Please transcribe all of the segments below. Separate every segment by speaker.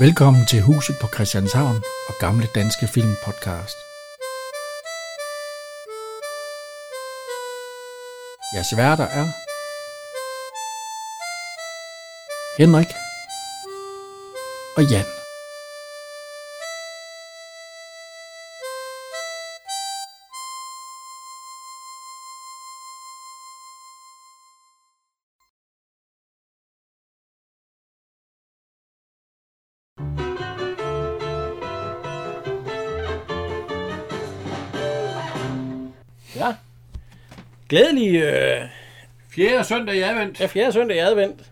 Speaker 1: Velkommen til Huset på Christianshavn og Gamle Danske Film Podcast. Jeres værter er Henrik og Jan.
Speaker 2: Ja. Glædelig øh,
Speaker 3: Fjerde søndag i advent,
Speaker 2: ja, fjerde søndag i advent.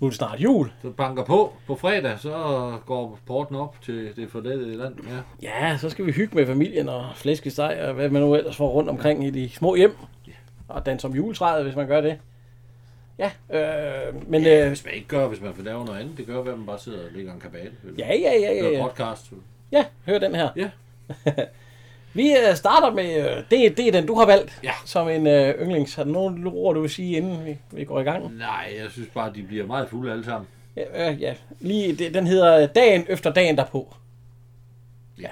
Speaker 2: Nu er det snart jul.
Speaker 3: så banker på på fredag, så går porten op til det forladte land. Ja.
Speaker 2: Ja, så skal vi hygge med familien og flæskesteg og hvad man nu ellers får rundt omkring i de små hjem. Og danse om juletræet, hvis man gør det. Ja, øh, men øh,
Speaker 3: Hvis man ikke gør, hvis man får lavet noget andet, det gør, hvad man bare sidder og ligger en kabale. Eller
Speaker 2: ja, ja, ja, ja,
Speaker 3: hører
Speaker 2: ja.
Speaker 3: podcast.
Speaker 2: Ja, hør den her.
Speaker 3: Ja.
Speaker 2: Vi øh, starter med, øh, det, er- det er den, du har valgt
Speaker 3: Ja.
Speaker 2: som en øh, yndlings. Har du nogen ord, du vil sige, inden vi, vi går i gang?
Speaker 3: Nej, jeg synes bare, de bliver meget fulde alle sammen.
Speaker 2: Ja, øh, ja. Lige, det, den hedder øh, Dagen efter dagen derpå.
Speaker 3: Det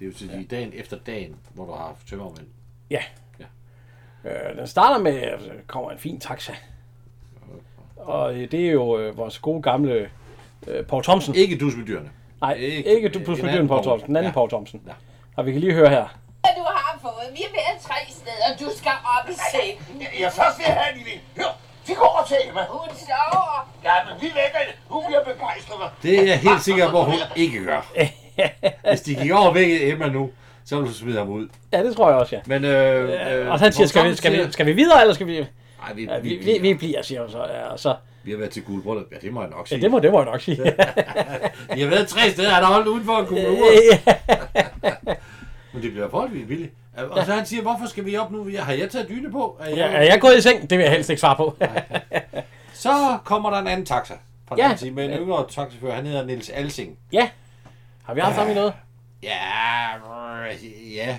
Speaker 3: er jo til ja. dagen efter dagen, hvor du har haft tømmermænd.
Speaker 2: Ja.
Speaker 3: Ja.
Speaker 2: Øh, den starter med, at der kommer en fin taxa. Og øh, det er jo øh, vores gode gamle øh, Paul Thomsen.
Speaker 3: Ikke dus med dyrene.
Speaker 2: Nej, ikke,
Speaker 3: ikke-
Speaker 2: ikke du plus
Speaker 3: en
Speaker 2: med
Speaker 3: anden
Speaker 2: Paul
Speaker 3: Poul.
Speaker 2: Thomsen. Den anden
Speaker 3: Ja.
Speaker 2: Paul Thomsen.
Speaker 3: Ja.
Speaker 2: Og vi kan lige høre her.
Speaker 4: Hvad du har fået. Vi er været tre steder, og du skal op i sengen.
Speaker 5: Jeg, jeg først vil have en idé. Hør, de går og til Emma.
Speaker 4: Hun sover.
Speaker 5: Ja, men vi vækker hende. Hun bliver begejstret. hva'?
Speaker 3: Det er jeg helt sikker på, hun ikke gør. Hvis de gik over væk Emma nu, så ville du smide ham ud.
Speaker 2: Ja, det tror jeg også, ja.
Speaker 3: Men, øh, øh,
Speaker 2: Og han siger, skal vi, skal, vi, skal vi videre, eller skal vi...
Speaker 3: Nej, vi,
Speaker 2: Ja, vi, vi,
Speaker 3: vi,
Speaker 2: vi bliver, siger hun så. Ja, og så
Speaker 3: vi, har været til guldbryllup. Ja, det må jeg nok
Speaker 2: ja,
Speaker 3: sige.
Speaker 2: det, må, det må jeg nok sige.
Speaker 3: Jeg har været tre steder, han har holdt uden for en kommune.
Speaker 2: Ja.
Speaker 3: Men det bliver forholdsvis billigt. Og så han siger, hvorfor skal vi op nu? Ja, Har jeg taget dyne på? Er jeg...
Speaker 2: ja, er jeg gået i seng? Det vil jeg helst ikke svare på.
Speaker 3: Så kommer der en anden taxa. Fra
Speaker 2: Ja.
Speaker 3: ja. Sige, med en yngre taxifører, han hedder Nils Alsing.
Speaker 2: ja. Har vi haft sammen i noget?
Speaker 3: Ja, øh, ja.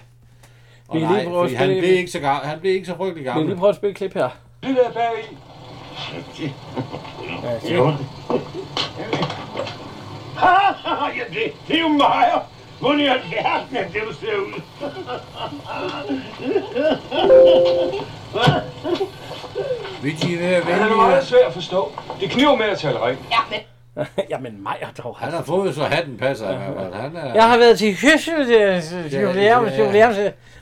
Speaker 3: Og
Speaker 2: Vi kan
Speaker 3: nej,
Speaker 2: lige prøve at
Speaker 3: fordi han
Speaker 2: spille-
Speaker 3: blev ikke så gammel. Han blev ikke så frygtelig
Speaker 2: Vil vi
Speaker 3: gammel.
Speaker 2: lige prøve at spille et klip her?
Speaker 5: Det der bagi.
Speaker 2: Ja, se.
Speaker 5: Ha, ha, ha, ja, det, det er jo Maja. Hvordan i alverden er det, du ser ud?
Speaker 3: Vil de være
Speaker 6: Han er
Speaker 3: venlige?
Speaker 6: meget svær at forstå. Det kniver med at tale rent.
Speaker 4: Ja, men
Speaker 2: Jamen, mig har dog
Speaker 3: Han har fået så hatten passer i hvert fald. Han er...
Speaker 2: Jeg har været til hyssel, jubilæum,
Speaker 3: ja.
Speaker 2: jubilæum.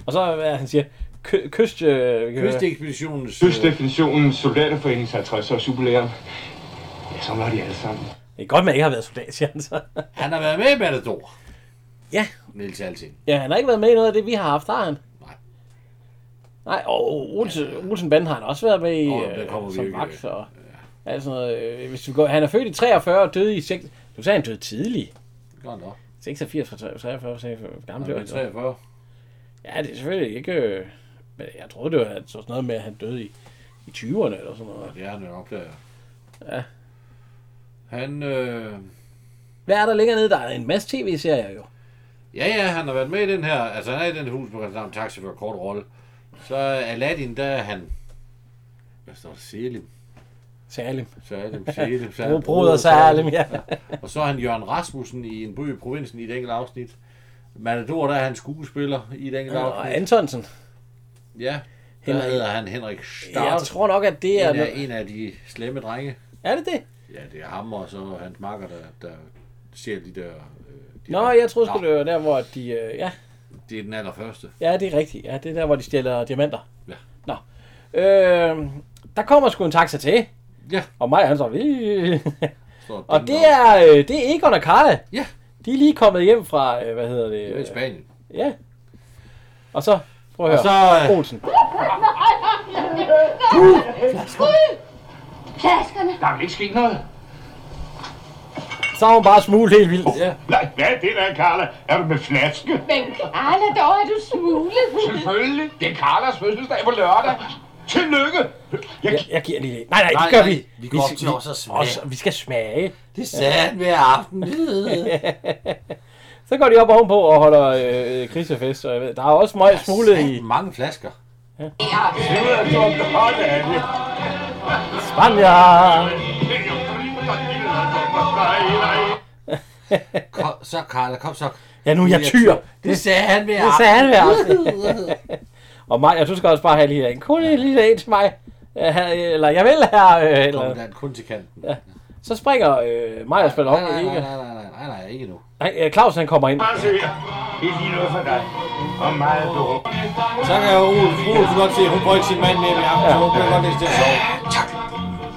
Speaker 2: Og så, hvad er det, han siger, Kø- kyst... Øh, vi kan høre.
Speaker 3: Kystekspeditionens...
Speaker 6: Synes definitionen Soldaterforeningens 50 års jubilæum. Ja, så var de alle sammen.
Speaker 2: Det er godt, man ikke har været soldat, siger han så.
Speaker 3: Han har været med i Matador.
Speaker 2: Ja.
Speaker 3: Nils Alsing.
Speaker 2: Ja, han har ikke været med i noget af det, vi har haft, har han?
Speaker 3: Nej.
Speaker 2: Nej, og Olsen, Olsen Band har han også været med i,
Speaker 3: Åh, der kommer
Speaker 2: øh,
Speaker 3: vi
Speaker 2: som
Speaker 3: ikke.
Speaker 2: vagt og alt sådan noget. Øh, Hvis vi går, han er født i 43 og døde i 6... Du sagde, han døde tidlig.
Speaker 3: Godt nok.
Speaker 2: 86 fra 43, sagde jeg, hvor gammel
Speaker 3: Han
Speaker 2: blev
Speaker 3: er
Speaker 2: han så?
Speaker 3: 43.
Speaker 2: Ja, det er selvfølgelig ikke... øh, Men jeg troede, det var så sådan noget med, at han døde i, i 20'erne eller sådan noget.
Speaker 3: Det er han jo nok, der.
Speaker 2: Ja.
Speaker 3: Han, øh...
Speaker 2: Hvad er der længere nede? Der er en masse tv-serier jo.
Speaker 3: Ja, ja, han har været med i den her, altså han er i den her hus, hvor han har en taxa for kort rolle. Så er Aladdin, der er han, hvad står der, Selim,
Speaker 2: Salim.
Speaker 3: Salim, Selim, så er
Speaker 2: Bro,
Speaker 3: han
Speaker 2: broder Salim, ja.
Speaker 3: Og så er han Jørgen Rasmussen i en by i provinsen i et enkelt afsnit. Matador, der er han skuespiller i et enkelt
Speaker 2: Og
Speaker 3: afsnit.
Speaker 2: Antonsen.
Speaker 3: Ja, der
Speaker 2: Henrik-
Speaker 3: hedder han Henrik
Speaker 2: Jeg
Speaker 3: Stark,
Speaker 2: tror nok, at det er...
Speaker 3: en af, en af de slemme drenge.
Speaker 2: Er det det?
Speaker 3: øh, Ja, det er ham og så hans makker, der, der ser de der... øh, De
Speaker 2: Nå, jeg troede sgu, det var der, hvor de... øh, Ja,
Speaker 3: Det er den allerførste.
Speaker 2: ja det er rigtigt. Ja, det er der, hvor de stjæler diamanter.
Speaker 3: Ja.
Speaker 2: Nå. Øh, der kommer sgu en taxa til.
Speaker 3: Ja.
Speaker 2: Og mig, han så... "Ih."
Speaker 3: Står
Speaker 2: Og
Speaker 3: den
Speaker 2: det er, øh, det er Egon og Karla.
Speaker 3: Ja.
Speaker 2: De er lige kommet hjem fra, øh, hvad hedder det?
Speaker 3: Det er i Spanien.
Speaker 2: øh, Ja. Og så, prøv at høre.
Speaker 3: Og så- øh,
Speaker 2: Olsen.
Speaker 4: flaskerne.
Speaker 6: Der vil ikke ske noget.
Speaker 2: Så har hun bare smule helt vildt.
Speaker 3: Ja.
Speaker 5: Nej, hvad er det der, Carla? Er du med flaske?
Speaker 4: Men Karla, dog er du smuglet.
Speaker 6: Selvfølgelig. Det er Carlas fødselsdag på lørdag.
Speaker 5: Tillykke!
Speaker 6: Jeg
Speaker 2: Jeg, jeg giver lige det. Nej, nej, det
Speaker 3: Nej,
Speaker 2: gør
Speaker 3: nej,
Speaker 2: vi.
Speaker 3: vi går op til
Speaker 2: vi-
Speaker 3: os og smager.
Speaker 2: og så- vi skal smage.
Speaker 3: Det sagde han hver aften.
Speaker 2: Så går de op ovenpå og holder øh, øh, krisefest. Og jeg ved, der er også meget smuglet i
Speaker 3: Mange flasker.
Speaker 5: Nu er jeg dumt hånd af det.
Speaker 2: Spanien.
Speaker 5: Det er jo fri, og det er dumt, og der er en af jer.
Speaker 3: Kom, så, Karla, kom så.
Speaker 2: Ja, nu er jeg tyr.
Speaker 3: Det sagde han med
Speaker 2: Det sagde han ved aften. og Maja, du skal også bare have lige en. Kun en lille en til mig. Øh, her- Eller jeg vil her. øh,
Speaker 3: Kom,
Speaker 2: Eller.
Speaker 3: der er kun til kanten.
Speaker 2: Så springer øh, Maja og spiller
Speaker 3: Nej,
Speaker 2: op. og
Speaker 3: nej, nej,
Speaker 2: Ikke.
Speaker 3: nej, nej, nej, nej, nej, ikke nu.
Speaker 2: Nej, øh, Claus han kommer ind.
Speaker 5: Bare se her. Det er lige noget for dig. Og meget berømt.
Speaker 3: Så kan jeg Ole Fru så godt se, at hun får ikke sin mand med i aften, så hun kan godt læse til at sove.
Speaker 7: Tak.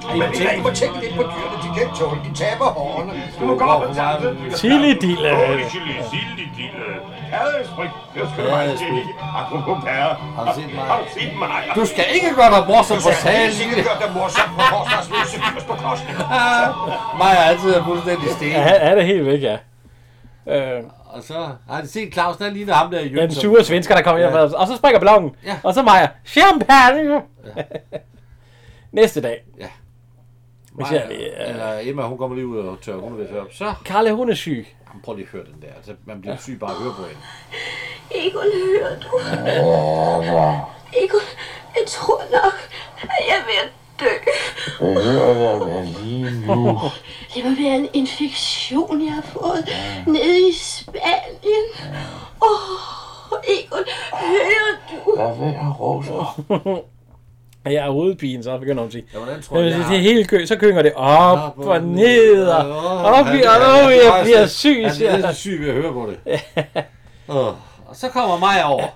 Speaker 3: Ej,
Speaker 7: Men
Speaker 3: jeg
Speaker 7: vi
Speaker 3: tænker,
Speaker 7: må tænke lidt på dyrene. De kan ikke tåle. De taber hårene.
Speaker 5: Du må gå op og tage det.
Speaker 2: Silly Dille.
Speaker 5: Åh, Silly, Silly Dille. Padesprit. øh. Jeg skal bare til.
Speaker 3: Padesprit.
Speaker 5: Apropos padder.
Speaker 3: Har du set mig?
Speaker 5: Har du set mig?
Speaker 3: du skal ikke gøre dig morsom for
Speaker 7: Det er
Speaker 3: sagen,
Speaker 7: sikkert gjort dig morsom på forsvarsløse fyrs på kosten.
Speaker 3: Ah, Maja er altid er fuldstændig sten.
Speaker 2: Ja, han han er helt væk, ja. Øh,
Speaker 3: Og så har de set Claus, der ligner ham der i
Speaker 2: ja, den
Speaker 3: Jønsson.
Speaker 2: sure svensker, der kommer ja. ind. Og så springer ballongen.
Speaker 3: Ja.
Speaker 2: Og så Maja. Champagne. Næste dag.
Speaker 3: Ja.
Speaker 2: Hvis
Speaker 3: Maja,
Speaker 2: jeg, øh,
Speaker 3: eller Emma, hun kommer lige ud og tør, hun er ved at høre. Så,
Speaker 2: Karla, hun er syg.
Speaker 3: jamen, prøv lige at høre den der. Altså, man bliver syg bare at høre på hende.
Speaker 8: Egon, hører du? Egon, jeg tror nok, at jeg er ved at dø. Det må være en infektion, jeg har fået nede i Spanien. Åh, oh, Egon, hører du?
Speaker 2: Og jeg er hovedpine, så begynder hun at sige.
Speaker 3: Ja, hvordan tror
Speaker 2: Jeg
Speaker 3: du,
Speaker 2: vil
Speaker 3: jeg
Speaker 2: sige,
Speaker 3: har-
Speaker 2: Øh, det er helt kø, så kynger det op
Speaker 3: Op
Speaker 2: og ned og op i, og åh, jeg bliver syg, siger
Speaker 3: Jeg er
Speaker 2: han.
Speaker 3: syg ved at høre på det. Åh, Og så kommer Maja over.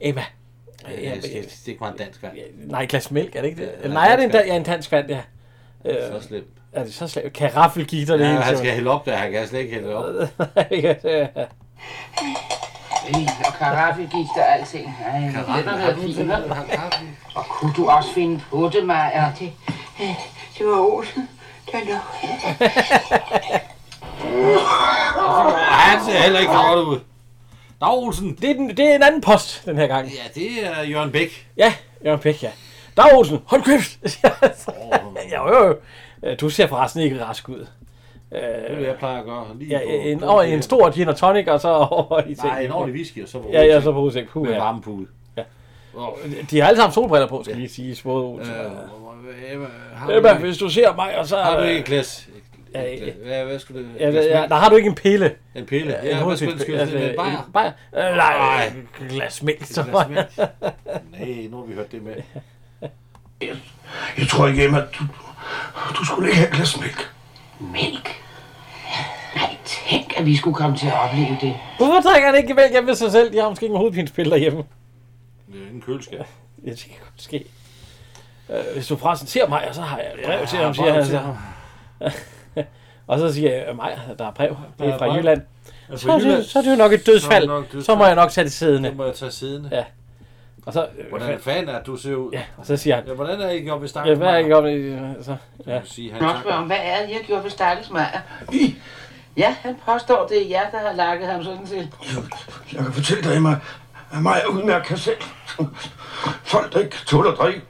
Speaker 2: Emma.
Speaker 3: Ja, jeg skal stikke mig en dansk vand.
Speaker 2: Nej, et glas mælk, er det ikke det?
Speaker 3: Ja,
Speaker 2: Nej, er det en,
Speaker 3: dansk
Speaker 2: da- ja, en dansk vand, ja.
Speaker 3: Så slemt.
Speaker 2: Er det så slemt? Karaffelgitter, det
Speaker 3: Ja,
Speaker 2: hele
Speaker 3: han
Speaker 2: tiden.
Speaker 3: skal hælde op der. Han kan slet ikke hælde op.
Speaker 4: Vin og karaffegifter og alting. Nej, den har været fin. Og kunne du også finde på det, Maja?
Speaker 8: Det, øh, det var Olsen, der lå.
Speaker 3: Ej, han ser heller ikke godt ud. Dag Olsen.
Speaker 2: det, er den, det er en anden post den her gang.
Speaker 3: Ja, det er Jørgen Bæk.
Speaker 2: Ja, Jørgen Pæk, ja. Dag Olsen, hold kæft! ja, jo, jo. Øh, Du ser forresten ikke rask ud.
Speaker 3: Det er det, jeg plejer at gøre. Lige
Speaker 2: Ja,
Speaker 3: på-
Speaker 2: en,
Speaker 3: på-
Speaker 2: over i en stor gin og tonic, og så over i
Speaker 3: Nej, en
Speaker 2: sengen.
Speaker 3: ordentlig whisky, og så på
Speaker 2: Ja, ja, så på hovedsæk. Puh,
Speaker 3: Med
Speaker 2: ja.
Speaker 3: varmepude.
Speaker 2: De har alle sammen solbriller på, skal lige sige. Både Olsen.
Speaker 3: Øh, Emma, har du
Speaker 2: Ebba,
Speaker 3: ikke-
Speaker 2: hvis du ser mig, og så...
Speaker 3: Har du ikke en glas?
Speaker 2: Ja,
Speaker 3: Hvad, hvad skulle det?
Speaker 2: Ja,
Speaker 3: glas
Speaker 2: ja,
Speaker 3: mælk?
Speaker 2: der har du ikke en pille.
Speaker 3: En pille? Ja,
Speaker 2: en
Speaker 3: hvad skulle den skyldes?
Speaker 2: altså,
Speaker 3: En bajer?
Speaker 2: en bajer. Øh, Nej,
Speaker 3: Nej.
Speaker 2: et glas mælk. Så.
Speaker 3: Et glas mælk? Nej, nu har vi hørt det med.
Speaker 7: Jeg tror ikke, Emma, du, du skulle ikke have glas mælk.
Speaker 4: Mælk. Nej, tænk, at vi skulle komme til at opleve det.
Speaker 2: Hvorfor drikker han ikke mælk hjemme ved sig selv? De har måske en hovedpinspille derhjemme.
Speaker 3: Det er en køleskab.
Speaker 2: Ja, det kan godt ske. Øh, hvis du forresten ser mig, og så har jeg et brev til ham,
Speaker 3: Ja,
Speaker 2: siger altså,
Speaker 3: brev
Speaker 2: han.
Speaker 3: til
Speaker 2: Så.
Speaker 3: ham.
Speaker 2: og så siger jeg, mig, der er brev. Det
Speaker 3: er
Speaker 2: er fra
Speaker 3: brev.
Speaker 2: Jylland. Så er,
Speaker 3: Altså, Jylland.
Speaker 2: det, så er det jo nok et
Speaker 3: Så er
Speaker 2: dødsfald.
Speaker 3: det nok et dødsfald.
Speaker 2: Så må jeg nok tage det siddende.
Speaker 3: Nu må jeg tage siden.
Speaker 2: Ja. Og så, øh,
Speaker 3: Hvordan fanden er det, du ser ud?
Speaker 2: ja, og så siger han,
Speaker 3: Ja, hvordan er I gjort ved stakken?
Speaker 2: ja, hvad er ikke om det? Så,
Speaker 3: Ja.
Speaker 2: ja.
Speaker 3: Sige, han
Speaker 4: Jeg
Speaker 3: takker.
Speaker 4: spørger om, hvad er det, I har gjort ved Stakkels Maja? Ja, han påstår, det er jer, der har lakket ham sådan set.
Speaker 7: Jeg kan fortælle dig, Emma, at mig er udmærket kan selv. Folk, der ikke tåler drikke,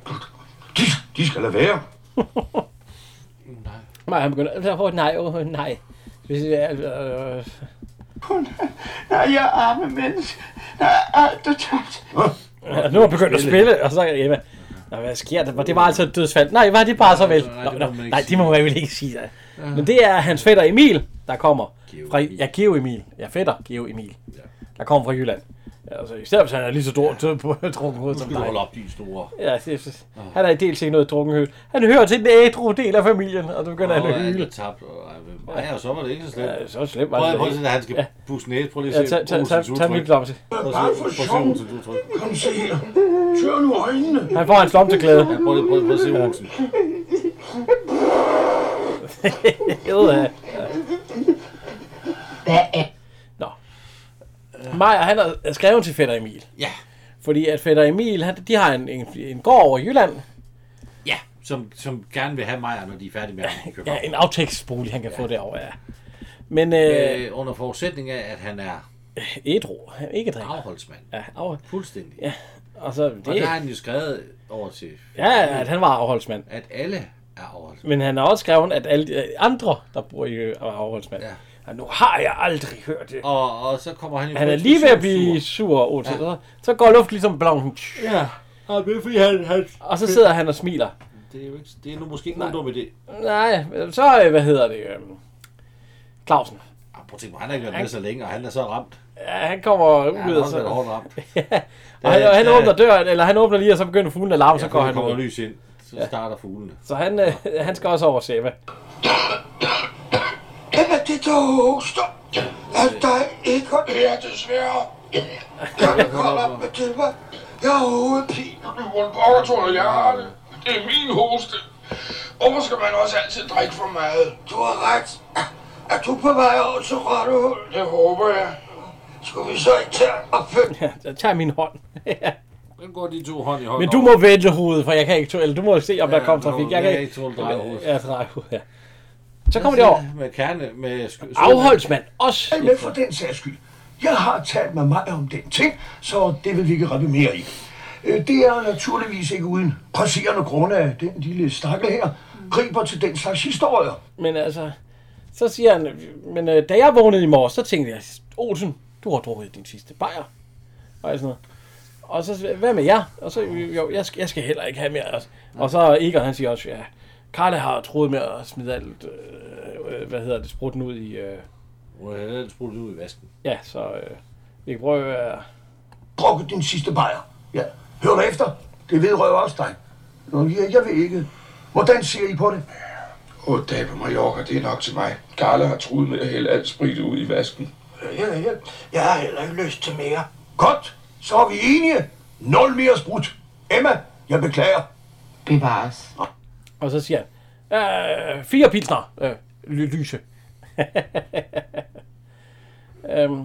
Speaker 7: de, de skal lade være.
Speaker 2: Nej, han begynder, så får nej, åh, nej. Hvis, øh, øh,
Speaker 5: Nej, jeg er arme menneske. Der er alt er tabt.
Speaker 2: Og nu er hun begyndt at spille, og så er Emma. Nå, hvad sker der? Det var altså et dødsfald. Nej, var det bare så vel?
Speaker 3: nej,
Speaker 2: Nå,
Speaker 3: det må
Speaker 2: nå,
Speaker 3: man ikke
Speaker 2: nej, det
Speaker 3: sige.
Speaker 2: må man vel ikke sige. Da. Men det er hans fætter Emil, der kommer. Fra, ja, Geo Emil. Ja, fætter Geo Emil. Der kommer fra Jylland. Ja, Altså, især hvis han er lige så stor død på drukken hoved som
Speaker 3: Du
Speaker 2: dig.
Speaker 3: holder op, de store.
Speaker 2: Ja, det, det- han er i del ikke noget drukken høl. Han hører til den ædru del af familien, og så begynder han
Speaker 3: Åh,
Speaker 2: at
Speaker 3: alt
Speaker 2: hyle.
Speaker 3: er tabt. Og, ej, men- Ej, og så var det ikke så slemt.
Speaker 2: Ja, så slemt var
Speaker 3: Prøv
Speaker 2: det
Speaker 3: at prøve at
Speaker 2: ikke.
Speaker 3: se, at han skal pusse næse. Prøv lige
Speaker 2: Ja,
Speaker 3: at se
Speaker 2: tag, tag, tag,
Speaker 3: Olsens
Speaker 2: tag
Speaker 3: udtryk.
Speaker 2: mit lomse.
Speaker 3: Prøv at se- prøv at se Olsens udtryk.
Speaker 7: Kom se her. Tør nu øjnene.
Speaker 2: Han får hans lomteklæde.
Speaker 3: Ja, prøv lige prøv, prøv at se Olsen.
Speaker 2: Ja.
Speaker 4: Hvad er
Speaker 2: Nå. Maja, han har skrevet til fætter Emil.
Speaker 3: Ja,
Speaker 2: Fordi at fætter Emil, han, de har en, en, en gård over i Jylland.
Speaker 3: ja. Som, som gerne vil have mig, når de er færdige med ham i
Speaker 2: Ja,
Speaker 3: København.
Speaker 2: en aftægtsbolig, han kan ja. få derovre, ja. Men øh,
Speaker 3: Øh, under forudsætning af, at han er
Speaker 2: ædru, han ikke drikker.
Speaker 3: afholdsmand.
Speaker 2: Ja, af,
Speaker 3: Fuldstændig.
Speaker 2: og så
Speaker 3: Og der
Speaker 2: det,
Speaker 3: har han jo skrevet over til,
Speaker 2: ja, at han var afholdsmand.
Speaker 3: at alle er afholdsmand.
Speaker 2: Men han har også skrevet, at alle de andre, der bor i øh, er afholdsmand. Ja.
Speaker 3: Ja.
Speaker 2: Og nu har jeg aldrig hørt øh, det.
Speaker 3: Og, og så kommer han jo...
Speaker 2: Han er
Speaker 3: pludselig
Speaker 2: lige ved at
Speaker 3: sur-
Speaker 2: blive
Speaker 3: sur.
Speaker 2: sur, og så, så går luft ligesom blanken.
Speaker 3: Ja, og det er fordi han, han...
Speaker 2: Og så sidder han og smiler.
Speaker 3: Det er jo ikke... Det er nu måske ikke nogen dum idé.
Speaker 2: Nej, så, øh, hvad hedder det? Øh, øhm, Clausen.
Speaker 3: Ah, prøv at tænke, mig, han har ikke været med så længe, og han er så ramt.
Speaker 2: Ja, han kommer ud
Speaker 3: Han
Speaker 2: og
Speaker 3: har også
Speaker 2: så...
Speaker 3: været hårdt ramt.
Speaker 2: ja. Og han, og han
Speaker 3: Ja, ja.
Speaker 2: åbner døren, eller han åbner lige, og så begynder fuglen at larme, og så
Speaker 3: Ja,
Speaker 2: går
Speaker 3: for der
Speaker 2: han
Speaker 3: kommer
Speaker 2: ud.
Speaker 3: lys ind, så starter fuglene.
Speaker 2: Så han, øh, han skal også over Sheva.
Speaker 6: Den er det, der hoster. Er der ikke at lære, desværre. Jeg kommer med til mig. Jeg har hovedpine.
Speaker 9: Du bliver rundt på overtårnet, jeg har det. Det er min hoste. Hvorfor skal man også altid drikke for meget?
Speaker 6: Du har ret. Er du på vej over til Rottehul?
Speaker 9: Det håber jeg.
Speaker 6: Skulle vi så ikke tage og følge?
Speaker 2: Jeg tager min hånd.
Speaker 3: Den går de to hånd i hånd.
Speaker 2: Men du må vende hovedet, for jeg kan ikke... tå- Eller du må se, om der
Speaker 3: Ja,
Speaker 2: kommer
Speaker 3: du må-
Speaker 2: trafik.
Speaker 3: jeg
Speaker 2: Jeg kan
Speaker 3: kan
Speaker 2: ikke...
Speaker 3: ikke tåle drejehovedet.
Speaker 2: Ja, drejehovedet, ja. Så kommer de over.
Speaker 3: Med kerne, med... Sk-
Speaker 2: Afholdsmand også.
Speaker 6: Tal med for den sags skyld. Jeg har talt med mig om den ting, så det vil vi ikke rette mere i. Øh, Det er naturligvis ikke uden presserende grunde af den lille stakkel her, griber til den slags historier.
Speaker 2: Men altså, så siger han, men øh, da jeg vågnede i morges, så tænkte jeg, Olsen, du har drukket din sidste bajer. Og sådan noget. Og så, siger jeg, hvad med jer? Og så, jo, jeg skal, jeg skal heller ikke have mere. Altså. Og så Egon, han siger også, ja, Karla har troet med at smide alt, øh, øh, hvad hedder det, sprutten ud i, øh,
Speaker 3: Må jeg ellers bruge det ud i vasken?
Speaker 2: ja, så øh, vi kan prøve, øh,
Speaker 6: Drukket din sidste bajer. Ja, hør du efter? Det vedrører også dig. Nå, jeg, jeg ved ikke. Hvordan ser I på det?
Speaker 9: Otte dage på Mallorca, det er nok til mig. Carla har truet med at hælde alt sprit ud i vasken.
Speaker 6: Ja, ja. Jeg har heller ikke lyst til mere. Godt, så er vi enige. Nul mere sprut. Emma, jeg beklager.
Speaker 10: Bevares.
Speaker 2: og så siger han, øh, fire pilsner, øh, ly- lyse. øhm,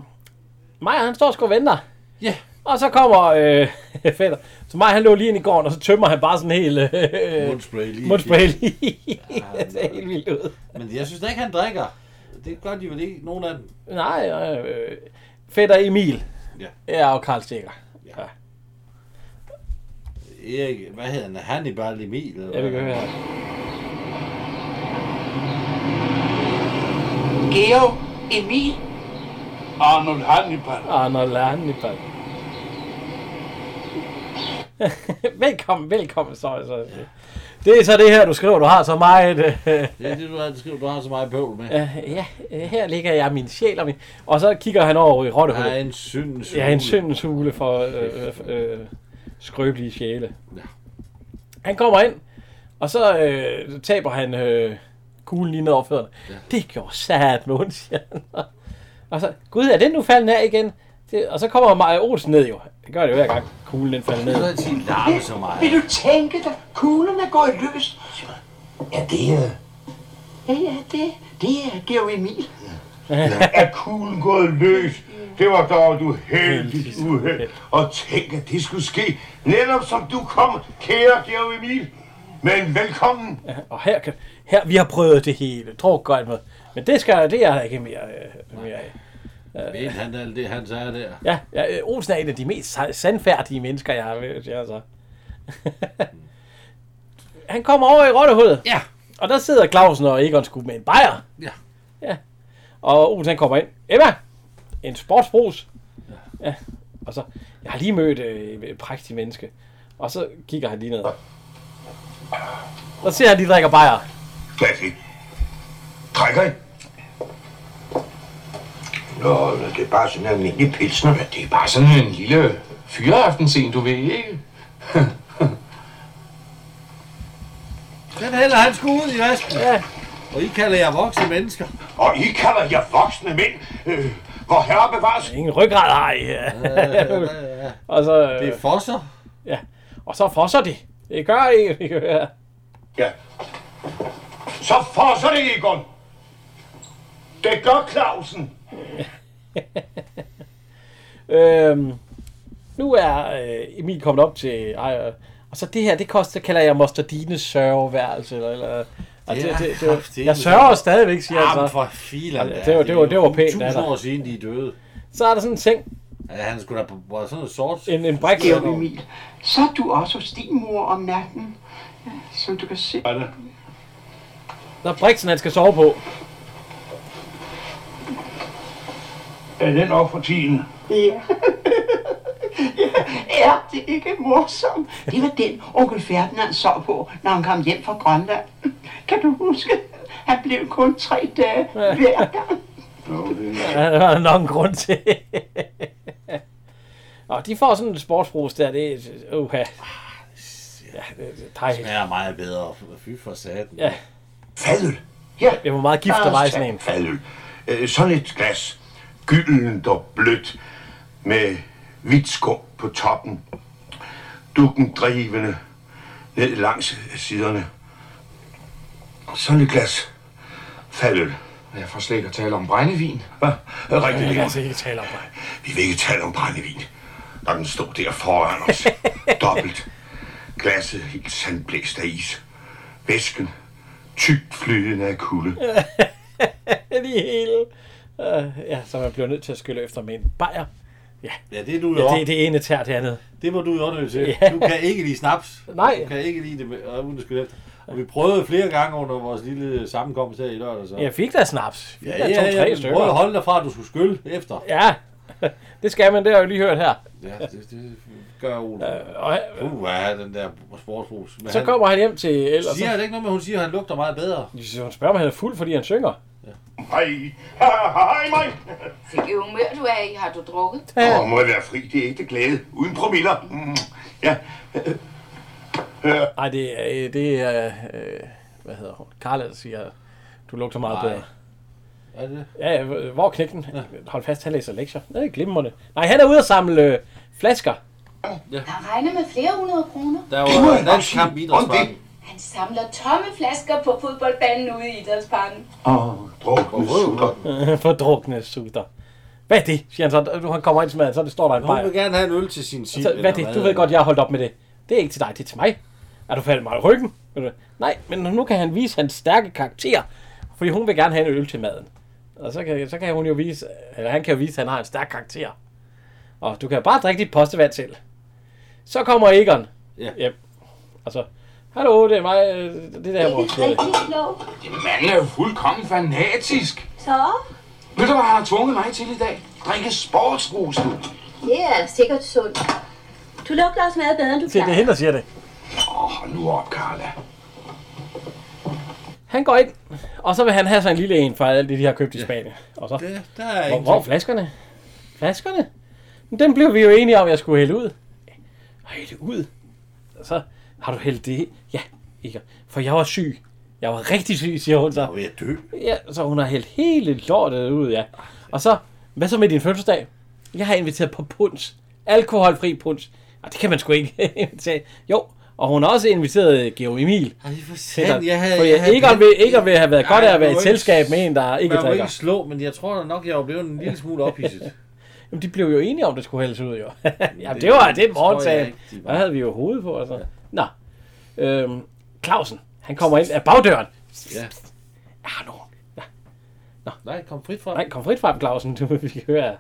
Speaker 2: Maja, han står sgu og venter.
Speaker 3: Ja.
Speaker 2: Og så kommer øh, fætter. Så mig, han lå lige ind i gården, og så tømmer han bare sådan helt øh,
Speaker 3: Mundspray lige.
Speaker 2: mundspray lige. det ser helt vildt ud.
Speaker 3: Men jeg synes da ikke, han drikker. Det gør de vel ikke, nogen af dem.
Speaker 2: Nej, øh, fætter Emil.
Speaker 3: Ja.
Speaker 2: Ja, og Karl Stikker. Ja.
Speaker 3: Erik, hvad hedder han? Hannibal Emil? Eller
Speaker 2: Jeg vil
Speaker 3: hvad?
Speaker 2: høre.
Speaker 10: Georg, Emil,
Speaker 9: Arnold Hannibal.
Speaker 2: Arnold Hannibal. velkommen, velkommen, så, så. Det er så det her, du skriver, du har så meget... Øh,
Speaker 3: Det er det, du har skrevet, du har så meget bøvl med.
Speaker 2: øh, ja, øh, her ligger jeg min sjæl og min... Og så kigger han over i
Speaker 3: Der
Speaker 2: Rottehullet.
Speaker 3: er en syndens
Speaker 2: Ja, en
Speaker 3: hule.
Speaker 2: syndens hule for øh, øh, øh, skrøbelige sjæle.
Speaker 3: Ja.
Speaker 2: Han kommer ind, og så øh, taber han øh, kuglen lige ned over fødderne. Ja. Det gjorde sat med ondt, siger han. Og så, gud, er den nu faldet af igen? Det, og så kommer Maja Olsen ned jo. Det gør det jo hver gang, kuglen den falder
Speaker 3: Du
Speaker 2: ned.
Speaker 3: kan sige larme så meget.
Speaker 10: vil du tænke dig? Kuglerne går i løs.
Speaker 6: Ja, det er...
Speaker 10: Ja, ja, det, det er Georg Emil.
Speaker 6: er kuglen gået løs. Det var dog du heldigt uheld. Og tænk, at det skulle ske, netop som du kom, kære Georg Emil. Men velkommen.
Speaker 2: Og her, kan, her, vi har prøvet det hele. Druk godt med. Men det skal det er der ikke mere, øh, mere af.
Speaker 3: Ved han alt det, han sagde der?
Speaker 2: Ja, ja øh, Olsen er en af de mest sa- sandfærdige mennesker, jeg har mødt, ja, så. Han kommer over i Rottehullet,
Speaker 3: Ja.
Speaker 2: og der sidder Clausen og Egon skud med en bajer.
Speaker 3: Ja.
Speaker 2: ja. Og Olsen han kommer ind. Emma, en sportsbrus. Ja. ja. Og så, jeg har lige mødt øh, et prægtigt menneske. Og så kigger han lige ned. Og ser han, de drikker bajer.
Speaker 6: Flaffy. Trækker I? Nå, nå, det er bare sådan en almindelig pilsner.
Speaker 9: Men det er bare sådan en lille fyreaftensen, du ved, ikke?
Speaker 3: Den hælder han sgu ud i vasken.
Speaker 2: Ja.
Speaker 3: Og I kalder jer voksne mennesker.
Speaker 6: Og I kalder jer voksne mænd. Øh, hvor herre bevares.
Speaker 2: Ingen ryggrad har I. Ja. og så,
Speaker 3: Det
Speaker 2: øh,
Speaker 3: er fosser.
Speaker 2: ja. og så fosser de. Det gør I. Ja.
Speaker 6: Ja. Så forser det, Egon. Det gør Clausen.
Speaker 2: Øhm, nu er øh, Emil kommet op til ej, øh, og så det her, det koster, kalder jeg Moster Dines sørgeværelse, eller, eller og det,
Speaker 3: Det er
Speaker 2: det, det,
Speaker 3: kraftedeme
Speaker 2: jeg sørger stadigvæk, siger
Speaker 3: Jamen
Speaker 2: jeg så.
Speaker 3: for filan.
Speaker 2: altså- Ja, det var-
Speaker 3: da.
Speaker 2: det var-
Speaker 3: er
Speaker 2: det var
Speaker 3: jo
Speaker 2: pænt af
Speaker 3: Tusind
Speaker 2: dig.
Speaker 3: år siden, de er døde.
Speaker 2: Så er der sådan en seng,
Speaker 3: Ja, han skulle da på på sådan noget sort.
Speaker 2: en, øh, en bræk.
Speaker 10: Georg Emil, så er du også hos din mor om natten. Ja, som du kan se.
Speaker 2: Der er briksen, han skal sove på.
Speaker 6: Er den op for tiden?
Speaker 10: Ja. er det ikke morsomt? Det var den, onkel Ferdinand sov på, når han kom hjem fra Grønland. Kan du huske? Han blev kun tre dage hver gang.
Speaker 2: Ja, det var der nok en grund til. Og de får sådan en sportsbrus der, det er... Uha. Ja, det, det, dejligt.
Speaker 3: smager meget bedre. Fy for satan.
Speaker 2: Ja.
Speaker 4: Fadøl. Ja.
Speaker 2: Jeg var meget gift, der var i sådan en.
Speaker 4: Fadøl. Øh, sådan et glas. Gyldent og blødt. Med hvidt skum på toppen. Dukken drivende. Ned langs siderne. Sådan et glas. Fadøl.
Speaker 6: Jeg får slet ikke at tale om brændevin.
Speaker 4: Hva? Rigtig
Speaker 2: Jeg kan
Speaker 4: lækkert.
Speaker 2: altså ikke tale om det.
Speaker 4: Vi vil ikke tale om brændevin. Når den stod der foran os. Dobbelt. Glasset helt sandblæst af is. Væsken. Tykt flydende af kulde.
Speaker 2: Det er hele... Uh, ja, så man bliver nødt til at skylle efter med en bajer.
Speaker 3: Ja, det er du jo.
Speaker 2: Ja, det, det ene tær det andet.
Speaker 3: Det må du jo nødt til.
Speaker 2: Ja.
Speaker 3: Du kan ikke lide snaps.
Speaker 2: Nej.
Speaker 3: Du kan ikke lide det, med- øh, uden at skylle efter. Og vi prøvede flere gange under vores lille sammenkomst her i lørdag. Så.
Speaker 2: Jeg fik da snaps. Fik
Speaker 3: ja,
Speaker 2: da
Speaker 3: ja, ja,
Speaker 2: to-tre
Speaker 3: men prøv at
Speaker 2: stykker.
Speaker 3: holde dig fra, at du skulle skylle efter.
Speaker 2: Ja, det skal man, det har jeg jo lige hørt her.
Speaker 3: Ja, det, det gør Ole.
Speaker 2: Og øh,
Speaker 3: Uh, ja, den der sportsbrus. Men
Speaker 2: så kommer han hjem til El, og
Speaker 3: han,
Speaker 2: så
Speaker 3: siger han ikke noget med, at hun siger, at han lugter meget bedre.
Speaker 2: så hun spørger, om han er fuld, fordi han synger.
Speaker 4: Hej.
Speaker 11: Hej mig.
Speaker 8: Sikke humør du er i, har du drukket?
Speaker 4: Åh, må jeg være fri. Det er ægte glæde. Uden promiller. Mm. Ja.
Speaker 2: Nej, det er, øh, det er øh, hvad hedder hun? Carla, der siger, du lugter meget
Speaker 3: Nej.
Speaker 2: bedre.
Speaker 3: Er det det?
Speaker 2: Ja, ja, hvor er knægten? Hold fast, han læser lektier. Det er glimrende. Nej, han er ude at samle øh, flasker.
Speaker 8: Han regner med flere hundrede kroner.
Speaker 3: Der
Speaker 4: Det må
Speaker 3: var
Speaker 4: jeg
Speaker 3: en
Speaker 4: nok
Speaker 3: dansk
Speaker 4: sige.
Speaker 3: kamp i idrætsparken.
Speaker 8: Han samler tomme flasker på fodboldbanen ude i idrætsparken.
Speaker 4: Åh, drukne sutter.
Speaker 2: Fordrukne sutter. Hvad er det, siger han så. Du- Han kommer ind til maden, så det står der en
Speaker 3: Hun
Speaker 2: bajer.
Speaker 3: vil gerne have en øl til sin sild.
Speaker 2: Så, Altså, hvad er det? Du ved godt, jeg har holdt op med det. Det er ikke til dig, det er til mig. Er du faldet mig i ryggen? Ved du? Nej, men nu kan han vise hans stærke karakter, fordi hun vil gerne have en øl til maden. Og så kan, så kan hun jo vise, eller han kan jo vise, at han har en stærk karakter. Og du kan bare drikke dit postevand selv. Så kommer Egon
Speaker 3: Ja.
Speaker 2: hjem. Og så, hallo, det er mig, øh, det er der, hvor
Speaker 12: Det er rigtig klogt.
Speaker 6: Manden er jo fuldkommen fanatisk.
Speaker 12: Så?
Speaker 6: Ved du, hvad han har tvunget mig til i dag? Drikke sportsbrus nu.
Speaker 12: Det er sikkert sundt. Du lugter også meget bedre, end du
Speaker 2: siger det er
Speaker 12: plejer.
Speaker 2: hende, der siger det.
Speaker 6: Åh, hold nu op, Carla.
Speaker 2: Han går ind, og så vil han have sig en lille en for alt det, de har købt i Spanien. Og så,
Speaker 3: Det, der er
Speaker 2: Hvor,
Speaker 3: ikke
Speaker 2: hvor er flaskerne? Flaskerne? Men den blev vi jo enige om, jeg skulle hælde ud. Hælde ud? Og så har du hældt det i? Ja, ikke. For jeg var syg. Jeg var rigtig syg, siger hun
Speaker 3: Jeg er
Speaker 2: så.
Speaker 3: ved at dø.
Speaker 2: Ja, så hun har hældt hele lortet ud, ja. Og så, hvad så med din fødselsdag? Jeg har inviteret på punds. Alkoholfri punds. Og det kan man sgu ikke invitere. Jo, og hun har også inviteret øh, Georg Emil.
Speaker 3: Ej, for
Speaker 2: Til
Speaker 3: satan.
Speaker 2: dig.
Speaker 3: Jeg havde,
Speaker 2: Fordi
Speaker 3: jeg havde
Speaker 2: Egon vil, Egon vil have været
Speaker 3: Nej,
Speaker 2: godt af
Speaker 3: man
Speaker 2: at være i
Speaker 3: må
Speaker 2: et
Speaker 3: ikke-
Speaker 2: selskab med en, der ikke
Speaker 3: Man må
Speaker 2: drikker.
Speaker 3: ikke slå, men jeg tror da nok, jeg er blevet en lille smule ophidset.
Speaker 2: Jamen, de blev jo enige om, det skulle hældes ud, jo. Jamen, det var det
Speaker 3: tror jeg
Speaker 2: morgentag.
Speaker 3: ikke, de var.
Speaker 2: Der havde vi jo hovedet på, altså. Ja. Nå. Øhm, Clausen, han kommer ind af bagdøren.
Speaker 3: Ja.
Speaker 2: Ja, nu.
Speaker 3: Nej, kom frit fra.
Speaker 2: Nej, kom frit frem, Clausen. Du, vi kan høre.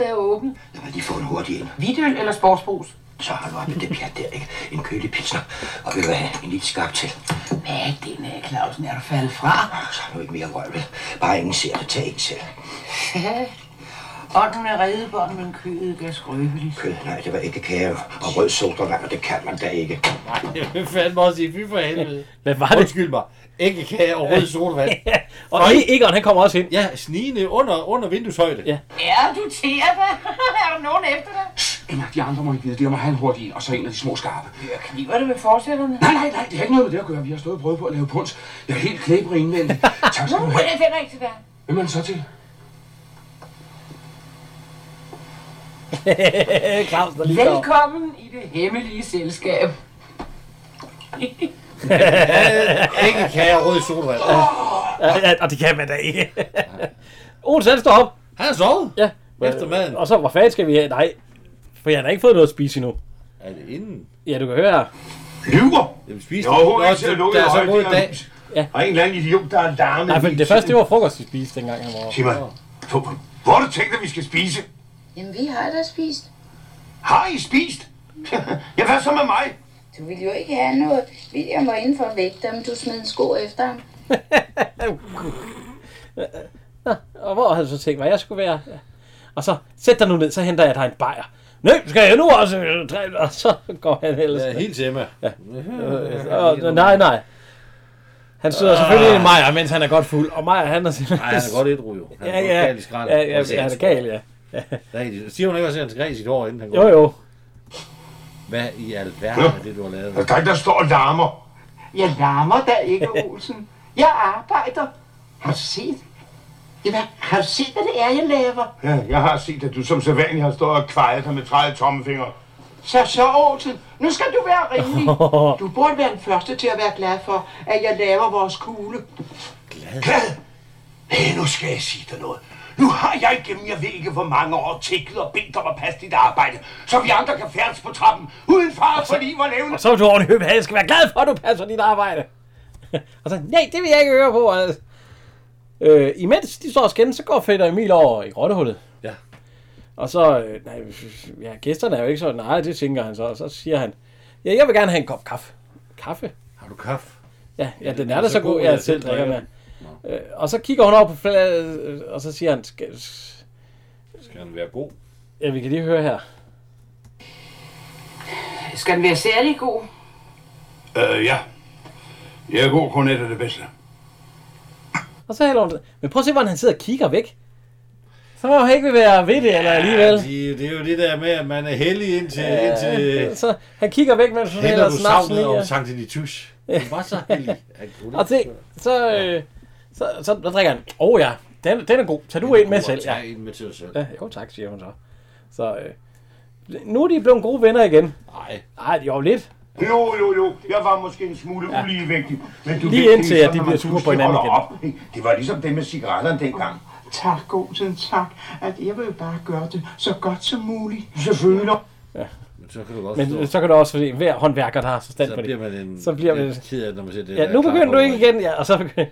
Speaker 8: Det er åbent.
Speaker 4: Lad mig lige få en hurtig en.
Speaker 10: Hvidøl eller sportsbrus?
Speaker 4: Så har du op med det pjat der, ikke? En kølig pilsner. Og vil du have en lille skarp til?
Speaker 10: Hvad er det med, Clausen? Er du faldet fra?
Speaker 4: Så har du ikke mere røg ved. Bare ingen ser det. Tag en selv.
Speaker 10: Ja. Ånden er redebånd, men kødet gør skrøbeligt.
Speaker 4: Kød, nej, det var ikke kage og rød sodavand, og det kan man da ikke.
Speaker 3: Nej, jeg vil fandme også sige, fy for helvede.
Speaker 2: Hvad var det?
Speaker 3: Undskyld mig. Ikke kage og rød sodavand.
Speaker 2: Og E- Egon, han kommer også ind.
Speaker 3: Ja, snigende under, under vindueshøjde.
Speaker 2: Ja.
Speaker 8: Er du tæppe? er der nogen efter dig?
Speaker 6: En af de andre må ikke vide, det er mig have en hurtig en, og så en af de små skarpe.
Speaker 10: Kniver det med forsætterne?
Speaker 6: Nej, nej, nej, det har ikke noget med det at gøre. Vi har stået og prøvet på at lave punds. Jeg er helt klæbrig indvendig. Tak skal du
Speaker 8: Nu
Speaker 6: have.
Speaker 8: er det finder ikke til dig.
Speaker 6: Hvem er det så til?
Speaker 2: Clausen, der lige står.
Speaker 10: Velkommen i det hemmelige selskab.
Speaker 3: Øh, Ikke kage og rød sodavand.
Speaker 2: Ja, ja, og det kan man da ikke. Olsen, han står op.
Speaker 3: Han har sovet.
Speaker 2: Ja.
Speaker 3: Efter maden.
Speaker 2: Og så, hvor fanden skal vi have? Nej, for jeg har da ikke fået noget at spise endnu.
Speaker 3: Er det inden?
Speaker 2: Ja, du kan høre her.
Speaker 4: Lyver!
Speaker 3: Jamen, spiste
Speaker 4: Jeg har overhovedet ikke
Speaker 3: Også,
Speaker 4: til at lukke
Speaker 3: Der er så god
Speaker 4: i
Speaker 3: i dag.
Speaker 4: dag. Og en eller anden idiot, der er larmet.
Speaker 2: Nej, for det første, det var frokost, vi spiste dengang, han var oppe.
Speaker 4: Sig mig, hvor- hvor har du tænkt, at vi skal spise?
Speaker 8: Jamen, vi har da spist.
Speaker 4: Har I spist? ja, hvad så med mig?
Speaker 8: Du ville jo ikke have noget. William var inden for at vække dig, men du smed en sko efter ham.
Speaker 2: Og hvor havde du så tænkt mig, jeg skulle være? Ja. Og så, sæt dig nu ned, så henter jeg dig en bajer. Nej, skal jeg nu også? øh, dræbe?" Og så går han ellers.
Speaker 3: Ja, helt hjemme. Ja.
Speaker 2: Øh, og, nej, nej. Han sidder selvfølgelig inde i Maja, mens han er godt fuld. Og Maja, han er simpelthen...
Speaker 3: Nej, han er godt et jo. Han er
Speaker 2: Ja,
Speaker 3: godt
Speaker 2: ja.
Speaker 3: gal i skrald.
Speaker 2: Ja, ja,
Speaker 3: Og i
Speaker 2: ja, han er
Speaker 3: skrald.
Speaker 2: gal, ja.
Speaker 3: Rigtig. Siger hun ikke også, at han skrev i sit hår, inden han går?
Speaker 2: Jo, jo.
Speaker 3: Hvad i alverden er det, du har lavet?
Speaker 6: Der er ikke, der står og larmer.
Speaker 4: Jeg larmer da ikke, Olsen. Jeg arbejder. Har du set? Jamen, har du set, hvad det er, jeg laver?
Speaker 6: Ja, jeg har set, at du som sædvanlig har stået og kvejet dig med 30 tommelfingre.
Speaker 4: Så, så, Olsen. Nu skal du være rimelig. Du burde være den første til at være glad for, at jeg laver vores kugle.
Speaker 7: Glad? Nej, nu skal jeg sige dig noget. Nu har jeg gennem jeg ved ikke hvor mange år tækket og bedt dig om at passe dit arbejde, så vi andre kan færdes på trappen, uden far
Speaker 6: Altså-
Speaker 7: for liv og levende.
Speaker 2: Og så er du ordentligt høbe, jeg skal være glad for, at du passer dit arbejde. og så, nej, det vil jeg ikke høre på, altså. Øh, imens de står og skændes, så går Fætter Emil over i grottehullet.
Speaker 3: Ja.
Speaker 2: Og så, øh, nej, ja, gæsterne er jo ikke så, nej, det tænker han så. Og så siger han, ja, jeg vil gerne have en kop kaffe. Kaffe?
Speaker 3: Har du kaffe?
Speaker 2: Ja, ja den
Speaker 3: den
Speaker 2: er da så god,
Speaker 3: at
Speaker 2: jeg selv drikker den. Øh, og så kigger hun over på fladet, øh, og så siger han, "Skal-
Speaker 3: Skal han være god?
Speaker 2: ja, vi kan lige høre her.
Speaker 4: Skal den være særlig god?
Speaker 6: Øh, ja. Jeg er god kun et af det bedste.
Speaker 2: Og så hælder hun det. Men prøv at se, hvordan han sidder og kigger væk. Så må han ikke vil være ved det, eller alligevel.
Speaker 3: Det, det er jo det der med, at man er heldig indtil... Ja, indtil
Speaker 2: Så han kigger væk, mens hun
Speaker 3: Hælder
Speaker 2: hælder
Speaker 3: du
Speaker 2: snapsen i.
Speaker 3: savnet over
Speaker 2: ja.
Speaker 3: Sankt Initus. Du var så heldig. at du
Speaker 2: Og se, så, øh, så, så, så drikker han. Åh oh, ja, den, den er god. Tag du en med selv.
Speaker 3: Ja,
Speaker 2: Ja.
Speaker 3: en med til dig selv.
Speaker 2: ja, jo tak, siger hun så. Så øh, nu er de blevet gode venner igen.
Speaker 3: Nej.
Speaker 2: Nej, jo lidt.
Speaker 6: Jo, jo, jo. Jeg var måske en smule ja. uligevægtig. Men du
Speaker 2: Lige
Speaker 6: ved, det er
Speaker 2: indtil,
Speaker 6: sådan,
Speaker 2: at de bliver
Speaker 6: når man
Speaker 2: sure på
Speaker 6: pludselig
Speaker 2: hinanden
Speaker 6: holder Op. Det var ligesom det med cigaretterne dengang.
Speaker 4: Tak, Olsen, tak. At jeg vil jo bare gøre det så godt som muligt.
Speaker 6: Selvfølgelig.
Speaker 3: Men så kan du godt
Speaker 2: Men øh,
Speaker 3: forstå.
Speaker 2: så kan du også se, at hver håndværker, der har forstand
Speaker 3: Så
Speaker 2: på
Speaker 3: bliver
Speaker 2: det.
Speaker 3: man en,
Speaker 2: Så bliver man-
Speaker 3: lidt ked af, det, når man ser det
Speaker 2: Ja,
Speaker 3: der
Speaker 2: nu
Speaker 3: klare
Speaker 2: begynder du ikke
Speaker 3: forberedelse.
Speaker 2: igen. Ja, og så begynder,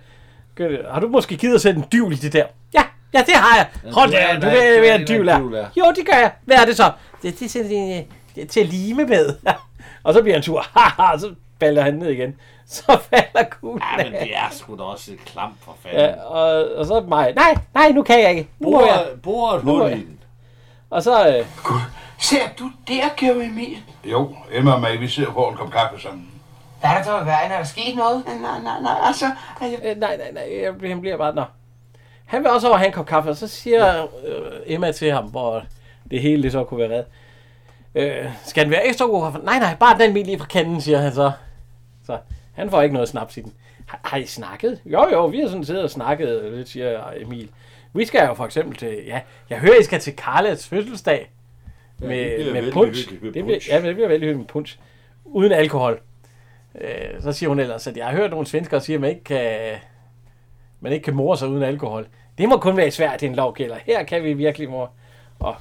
Speaker 2: begynder- har du måske givet at sætte en dyvel i det der? Ja, ja, det har jeg. Hold
Speaker 3: du er
Speaker 2: da,
Speaker 3: en-
Speaker 2: du
Speaker 3: du er
Speaker 2: ved, hvad
Speaker 3: en
Speaker 2: en dyvel er.
Speaker 3: dyvler.
Speaker 2: Jo, det gør jeg. Hvad er det så? Det, det er sådan en, øh, det er til at lime med. og så bliver han sur. Haha, så falder han ned igen. Så falder kuglen
Speaker 3: Ja,
Speaker 2: af.
Speaker 3: men det er sgu da også et klamt for fanden.
Speaker 2: Ja, og, og så mig. Nej, nej, nu kan jeg ikke. Nu må jeg.
Speaker 3: Bordet, bordet
Speaker 2: Nu må
Speaker 3: hul
Speaker 2: jeg.
Speaker 3: i den.
Speaker 2: Og så, øh,
Speaker 4: Ser du der, Kære Emil?
Speaker 6: Jo, Emma og mig, vi sidder på en kop kaffe sammen.
Speaker 4: Hvad er der for vejen? Er der sket noget? Nej, nej, nej, altså... Jeg...
Speaker 2: øh, nej, nej, nej, jeg bliver, han bliver bare, nå. Han vil også over have en kop kaffe, og så siger øh, Emma til ham, hvor det hele det så kunne være reddet. Øh, skal den være ekstra god kaffe? Nej, nej, bare den min lige fra kanden, siger han så. Så han får ikke noget snaps i den. Har, har I snakket? Jo, jo, vi har sådan siddet og snakket lidt, siger Emil. Vi skal jo for eksempel til, ja, jeg hører, I skal til Karlas fødselsdag.
Speaker 3: det
Speaker 2: med,
Speaker 3: bliver
Speaker 2: med
Speaker 3: vældig
Speaker 2: punch.
Speaker 3: hyggeligt med
Speaker 2: Det bliver,
Speaker 3: punch.
Speaker 2: ja, men det bliver vældig hyggeligt med punch. Uden alkohol. Øh, så siger hun ellers, at jeg har hørt nogle svenskere sige, at man ikke kan, man ikke kan more sig uden alkohol. Det må kun være i Sverige, det er en lov gælder. Her kan vi virkelig more. Og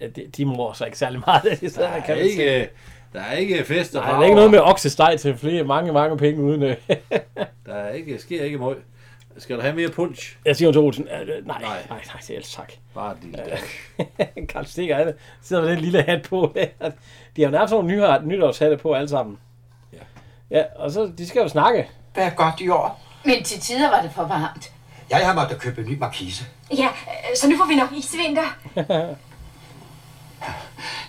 Speaker 2: ja, de, de morer sig ikke særlig meget. Det er
Speaker 3: Der
Speaker 2: sådan,
Speaker 3: er,
Speaker 2: kan man sige.
Speaker 3: ikke, der er ikke fest og
Speaker 2: Nej, der er ikke noget med oksesteg til flere, mange, mange penge uden... Øh.
Speaker 3: Der er ikke, sker ikke møg. Skal du have mere punch?
Speaker 2: Jeg siger jo til Olsen, øh, øh, nej, nej,
Speaker 3: Nej.
Speaker 2: nej, det er ellers tak.
Speaker 3: Bare et lille dash.
Speaker 2: Karl Stikker, han sidder med den lille hat på. de har jo nærmest sådan nogle nyhø- nytårshatte på alle sammen.
Speaker 3: Ja.
Speaker 2: Ja, og så, de skal jo snakke.
Speaker 4: Hvad er godt i år?
Speaker 13: Men til tider var det for varmt.
Speaker 14: Jeg har måttet købe en ny markise.
Speaker 15: Ja, øh, så nu får vi nok isvinter.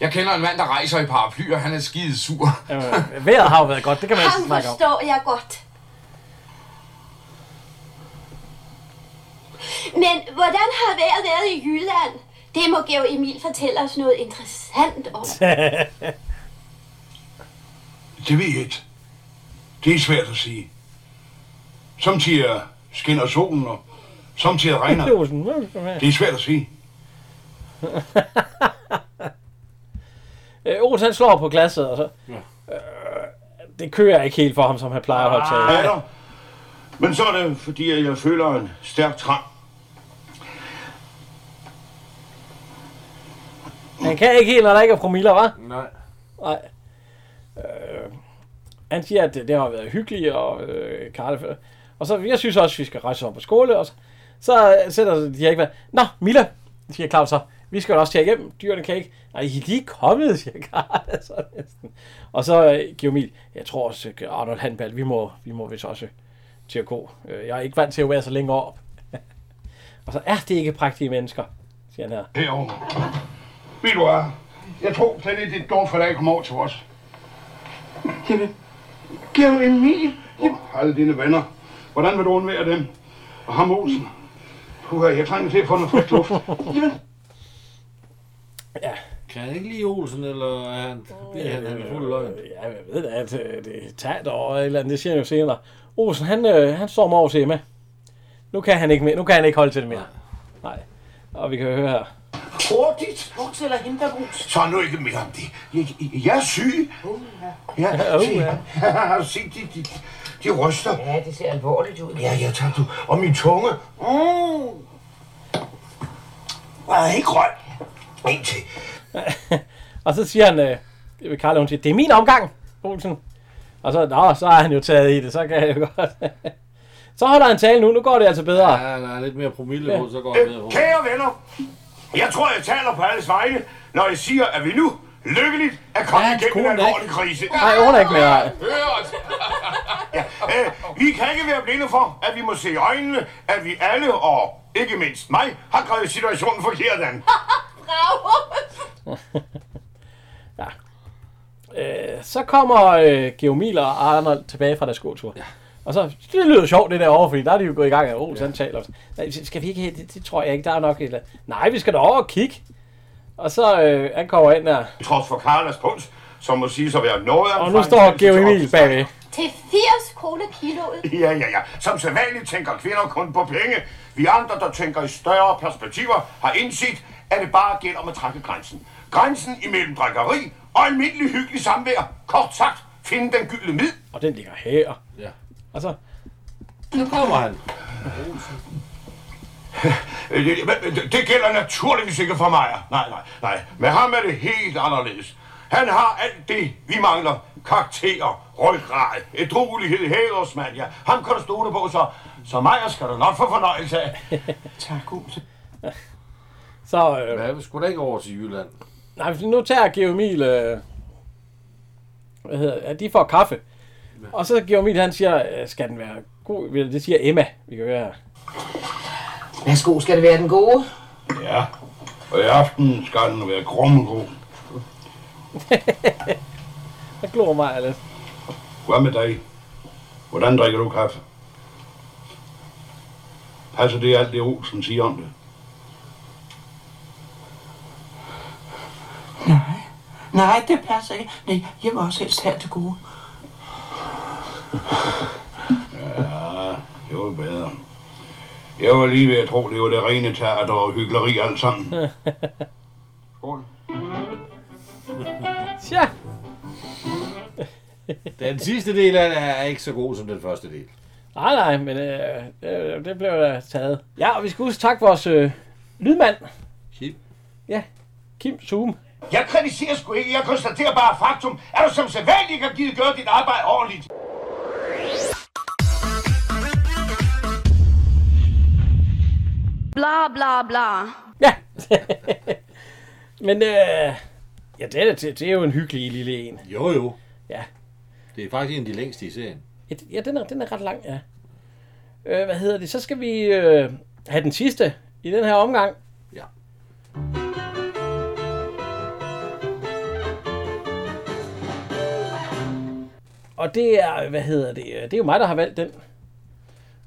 Speaker 14: Jeg kender en mand, der rejser i paraplyer. Han er skide sur.
Speaker 2: Øh, vejret har jo været godt, det kan man
Speaker 15: Ham
Speaker 2: ikke snakke om.
Speaker 15: forstår jeg godt.
Speaker 8: Men hvordan har vejret været i Jylland? Det må Georg Emil fortælle os noget interessant om.
Speaker 6: Det ved jeg ikke. Det er svært at sige. Samtidig skinner solen, og samtidig regner.
Speaker 2: Det var sådan, "Hvad skal man have?"
Speaker 6: Det er svært at sige.
Speaker 2: Øh, Olsen han slår på glasset, og så... Øh, det kører ikke helt for ham, som han plejer at holde
Speaker 6: Ja,
Speaker 2: tale.
Speaker 6: dog. Men så er det, fordi at jeg føler en stærk trang.
Speaker 2: Han kan ikke helt, når der ikke er promiller, hva'?
Speaker 3: Nej.
Speaker 2: Nej. Øh, han siger, at det, det har været hyggeligt, og øh, Karle... Og så, jeg synes også, vi skal rejse op på skole, og så, så øh, sætter de ikke hvad. Nå, Mille, siger Claus så. Vi skal jo også til at hjem. Dyrene kan ikke. Nej, I er lige kommet, siger Karl. Så næsten. Og så øh, Geomil. Jeg tror også, øh, Arnold Handball, vi må, vi må vist også øh, til at gå. Øh, Jeg er ikke vant til at være så længe op. og så er det ikke prægtige mennesker, siger han her.
Speaker 6: Herovre. Ved du hvad? Jeg tror slet ikke, det er dumt for dig at komme over til os.
Speaker 4: Jamen, Kære Emil,
Speaker 6: Alle dine venner. Hvordan vil du undvære dem? Og ham Olsen? Puh, jeg trænger til at få noget frisk luft. Jamen,
Speaker 3: Kan han ikke lide Olsen, eller er han, det er han, han er fuld af løgn?
Speaker 2: Ja, jeg ved da, at øh, det er teater og et eller andet, det siger han jo senere. Olsen, han, øh, han stormer over til Emma. Nu kan han ikke, mere, nu kan han ikke holde til det mere. Nej. Og vi kan jo høre her.
Speaker 7: Hurtigt!
Speaker 16: Brug til at hente brus.
Speaker 7: Så nu ikke mere om det. Jeg, jeg- jeg er syg. Ja,
Speaker 16: Uh,
Speaker 7: se,
Speaker 16: ja.
Speaker 7: har du set de, de, de ryster?
Speaker 16: Ja, det ser alvorligt ud.
Speaker 7: Ja, ja, tak du. Og min tunge. Mm. Jeg er helt grøn. En til.
Speaker 2: og så siger han, øh, Karla, hun siger, det er min omgang, Olsen. Og så, nå, så er han jo taget i det, så kan jeg jo godt. så holder han tale nu, nu går det altså bedre.
Speaker 3: Ja, der er lidt mere promille på, så går han ned
Speaker 6: Øh,
Speaker 3: på.
Speaker 6: kære venner, jeg tror, jeg taler på alles vegne, når jeg siger, at vi nu lykkeligt er kommet ja, igennem en alvorlig krise.
Speaker 2: Nej, hun er ikke med, nej.
Speaker 6: ja, øh, vi kan ikke være blinde for, at vi må se i øjnene, at vi alle, og ikke mindst mig, har grebet situationen forkert an.
Speaker 8: Bravo!
Speaker 2: Øh, så kommer øh, Geomil og Arnold tilbage fra deres gåtur. Ja. Og så, det lyder sjovt det der over, fordi der er de jo gået i gang af, oh, ja. han taler. Nej, skal vi ikke hen? Det, det, tror jeg ikke, der er nok et eller andet. Nej, vi skal da over og kigge. Og så, øh, han kommer ind der.
Speaker 6: Trods for Karlas punkt, som må sige at være noget af
Speaker 2: Og
Speaker 6: en
Speaker 2: nu
Speaker 6: fejl-
Speaker 2: står Geomil bagved.
Speaker 8: Til 80 kroner kiloet.
Speaker 6: Ja, ja, ja. Som sædvanligt tænker kvinder kun på penge. Vi andre, der tænker i større perspektiver, har indset, at det bare gælder om at trække grænsen. Grænsen imellem drikkeri og almindelig hyggelig samvær. Kort sagt, finde den gyldne mid.
Speaker 2: Og den ligger her.
Speaker 3: Ja.
Speaker 2: Og så...
Speaker 3: Nu kommer han.
Speaker 6: Øh, Det, men det- det gælder naturligvis ikke for mig. Nej, nej, nej. Med ham er det helt anderledes. Han har alt det, vi mangler. Karakterer, ryggrad, ædruelighed, hædersmand, ja. Ham kan du stole på, så, så Maja skal du nok få fornøjelse af.
Speaker 7: tak, Olsen.
Speaker 2: Så, øh,
Speaker 3: Hvad, vi skulle da ikke over til Jylland?
Speaker 2: Nej, nu tager Geomil... Øh, hvad hedder det? ja, de får kaffe. Og så Geomil, han siger, øh, skal den være god? Det siger Emma, vi kan høre her.
Speaker 16: Værsgo, skal det være den gode?
Speaker 6: Ja, og i aften skal den være grummegod.
Speaker 2: Der glor mig lidt.
Speaker 6: Hvad med dig? Hvordan drikker du kaffe? Passer det alt det, Olsen siger om det?
Speaker 16: Nej, det passer ikke. Nej, jeg vil også helst have det gode.
Speaker 6: Ja, det var bedre. Jeg var lige ved at tro, det var det rene teater og hyggeleri alt sammen. Skål.
Speaker 2: Tja.
Speaker 3: Den sidste del af det er ikke så god som den første del.
Speaker 2: Nej, nej, men øh, det, det blev da taget. Ja, og vi skal huske tak vores øh, lydmand.
Speaker 3: Kim.
Speaker 2: Ja, Kim Zoom.
Speaker 6: Jeg kritiserer sgu ikke, jeg konstaterer bare faktum, at du som sædvanligt ikke har givet gøre dit arbejde ordentligt.
Speaker 8: Bla bla bla.
Speaker 2: Ja. men øh, ja, det, er, det, det er jo en hyggelig lille en.
Speaker 3: Jo, jo.
Speaker 2: Ja.
Speaker 3: Det er faktisk en af de længste i serien.
Speaker 2: Ja, d- ja den, er, den er ret lang, ja. Øh, hvad hedder det? Så skal vi øh, have den sidste i den her omgang.
Speaker 3: Ja.
Speaker 2: Og det er, hvad hedder det? øh, Det er jo mig, der har valgt den.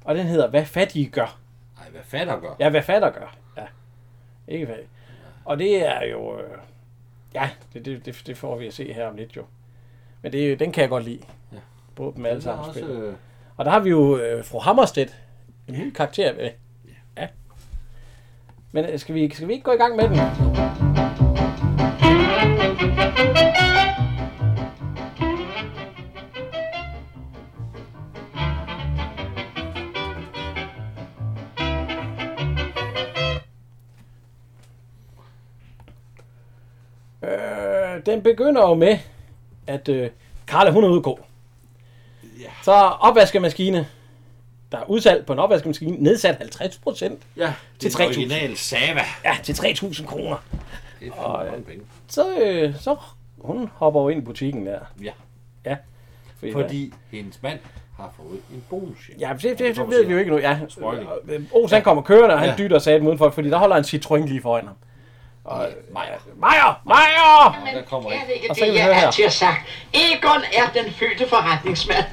Speaker 2: Og den hedder, hvad fattige gør.
Speaker 3: Ej, hvad fatter gør?
Speaker 2: Ja, hvad fatter gør. Ja. Ikke hvad. Og det er jo... Øh, ja, det, det, det, det, får vi at se her om lidt jo. Men det, er jo- den kan jeg godt lide. Ja. Både dem alle
Speaker 3: Den er
Speaker 2: sammen
Speaker 3: også,
Speaker 2: spillet.
Speaker 3: øh,
Speaker 2: Og der har vi jo øh, fru Hammerstedt. En ny karakter med. Ja. Men øh, skal vi, skal vi ikke gå i gang med den? Øh, den begynder jo med, at øh, Karla hun er ude at gå. Yeah. Så opvaskemaskine, der er udsalg på en opvaskemaskine, nedsat 50 procent
Speaker 3: Ja,
Speaker 2: til
Speaker 3: det er en original
Speaker 2: 3.000.
Speaker 3: Sava.
Speaker 2: Ja, til 3.000 kroner.
Speaker 3: Det er
Speaker 2: Og,
Speaker 3: fandme mange penge.
Speaker 2: Så, øh, så hun hopper jo ind i butikken der.
Speaker 3: Ja.
Speaker 2: Ja.
Speaker 3: Fordi hendes mand har fået en bonus.
Speaker 2: Ja, det, det, det, ved vi jo ikke nu. Ja. Øh,
Speaker 3: Spoiling.
Speaker 2: Os han kommer kørende, og han
Speaker 3: Ja.
Speaker 2: dytter sig udenfor, fordi der holder en citroen lige foran ham. Og, Majer! Majer! Majer!
Speaker 4: Men
Speaker 2: der kommer
Speaker 4: er det ikke
Speaker 2: Og så kan
Speaker 4: det,
Speaker 2: vi høre
Speaker 4: jeg
Speaker 2: her.
Speaker 4: altid har sagt? Egon er den fødte forretningsmand.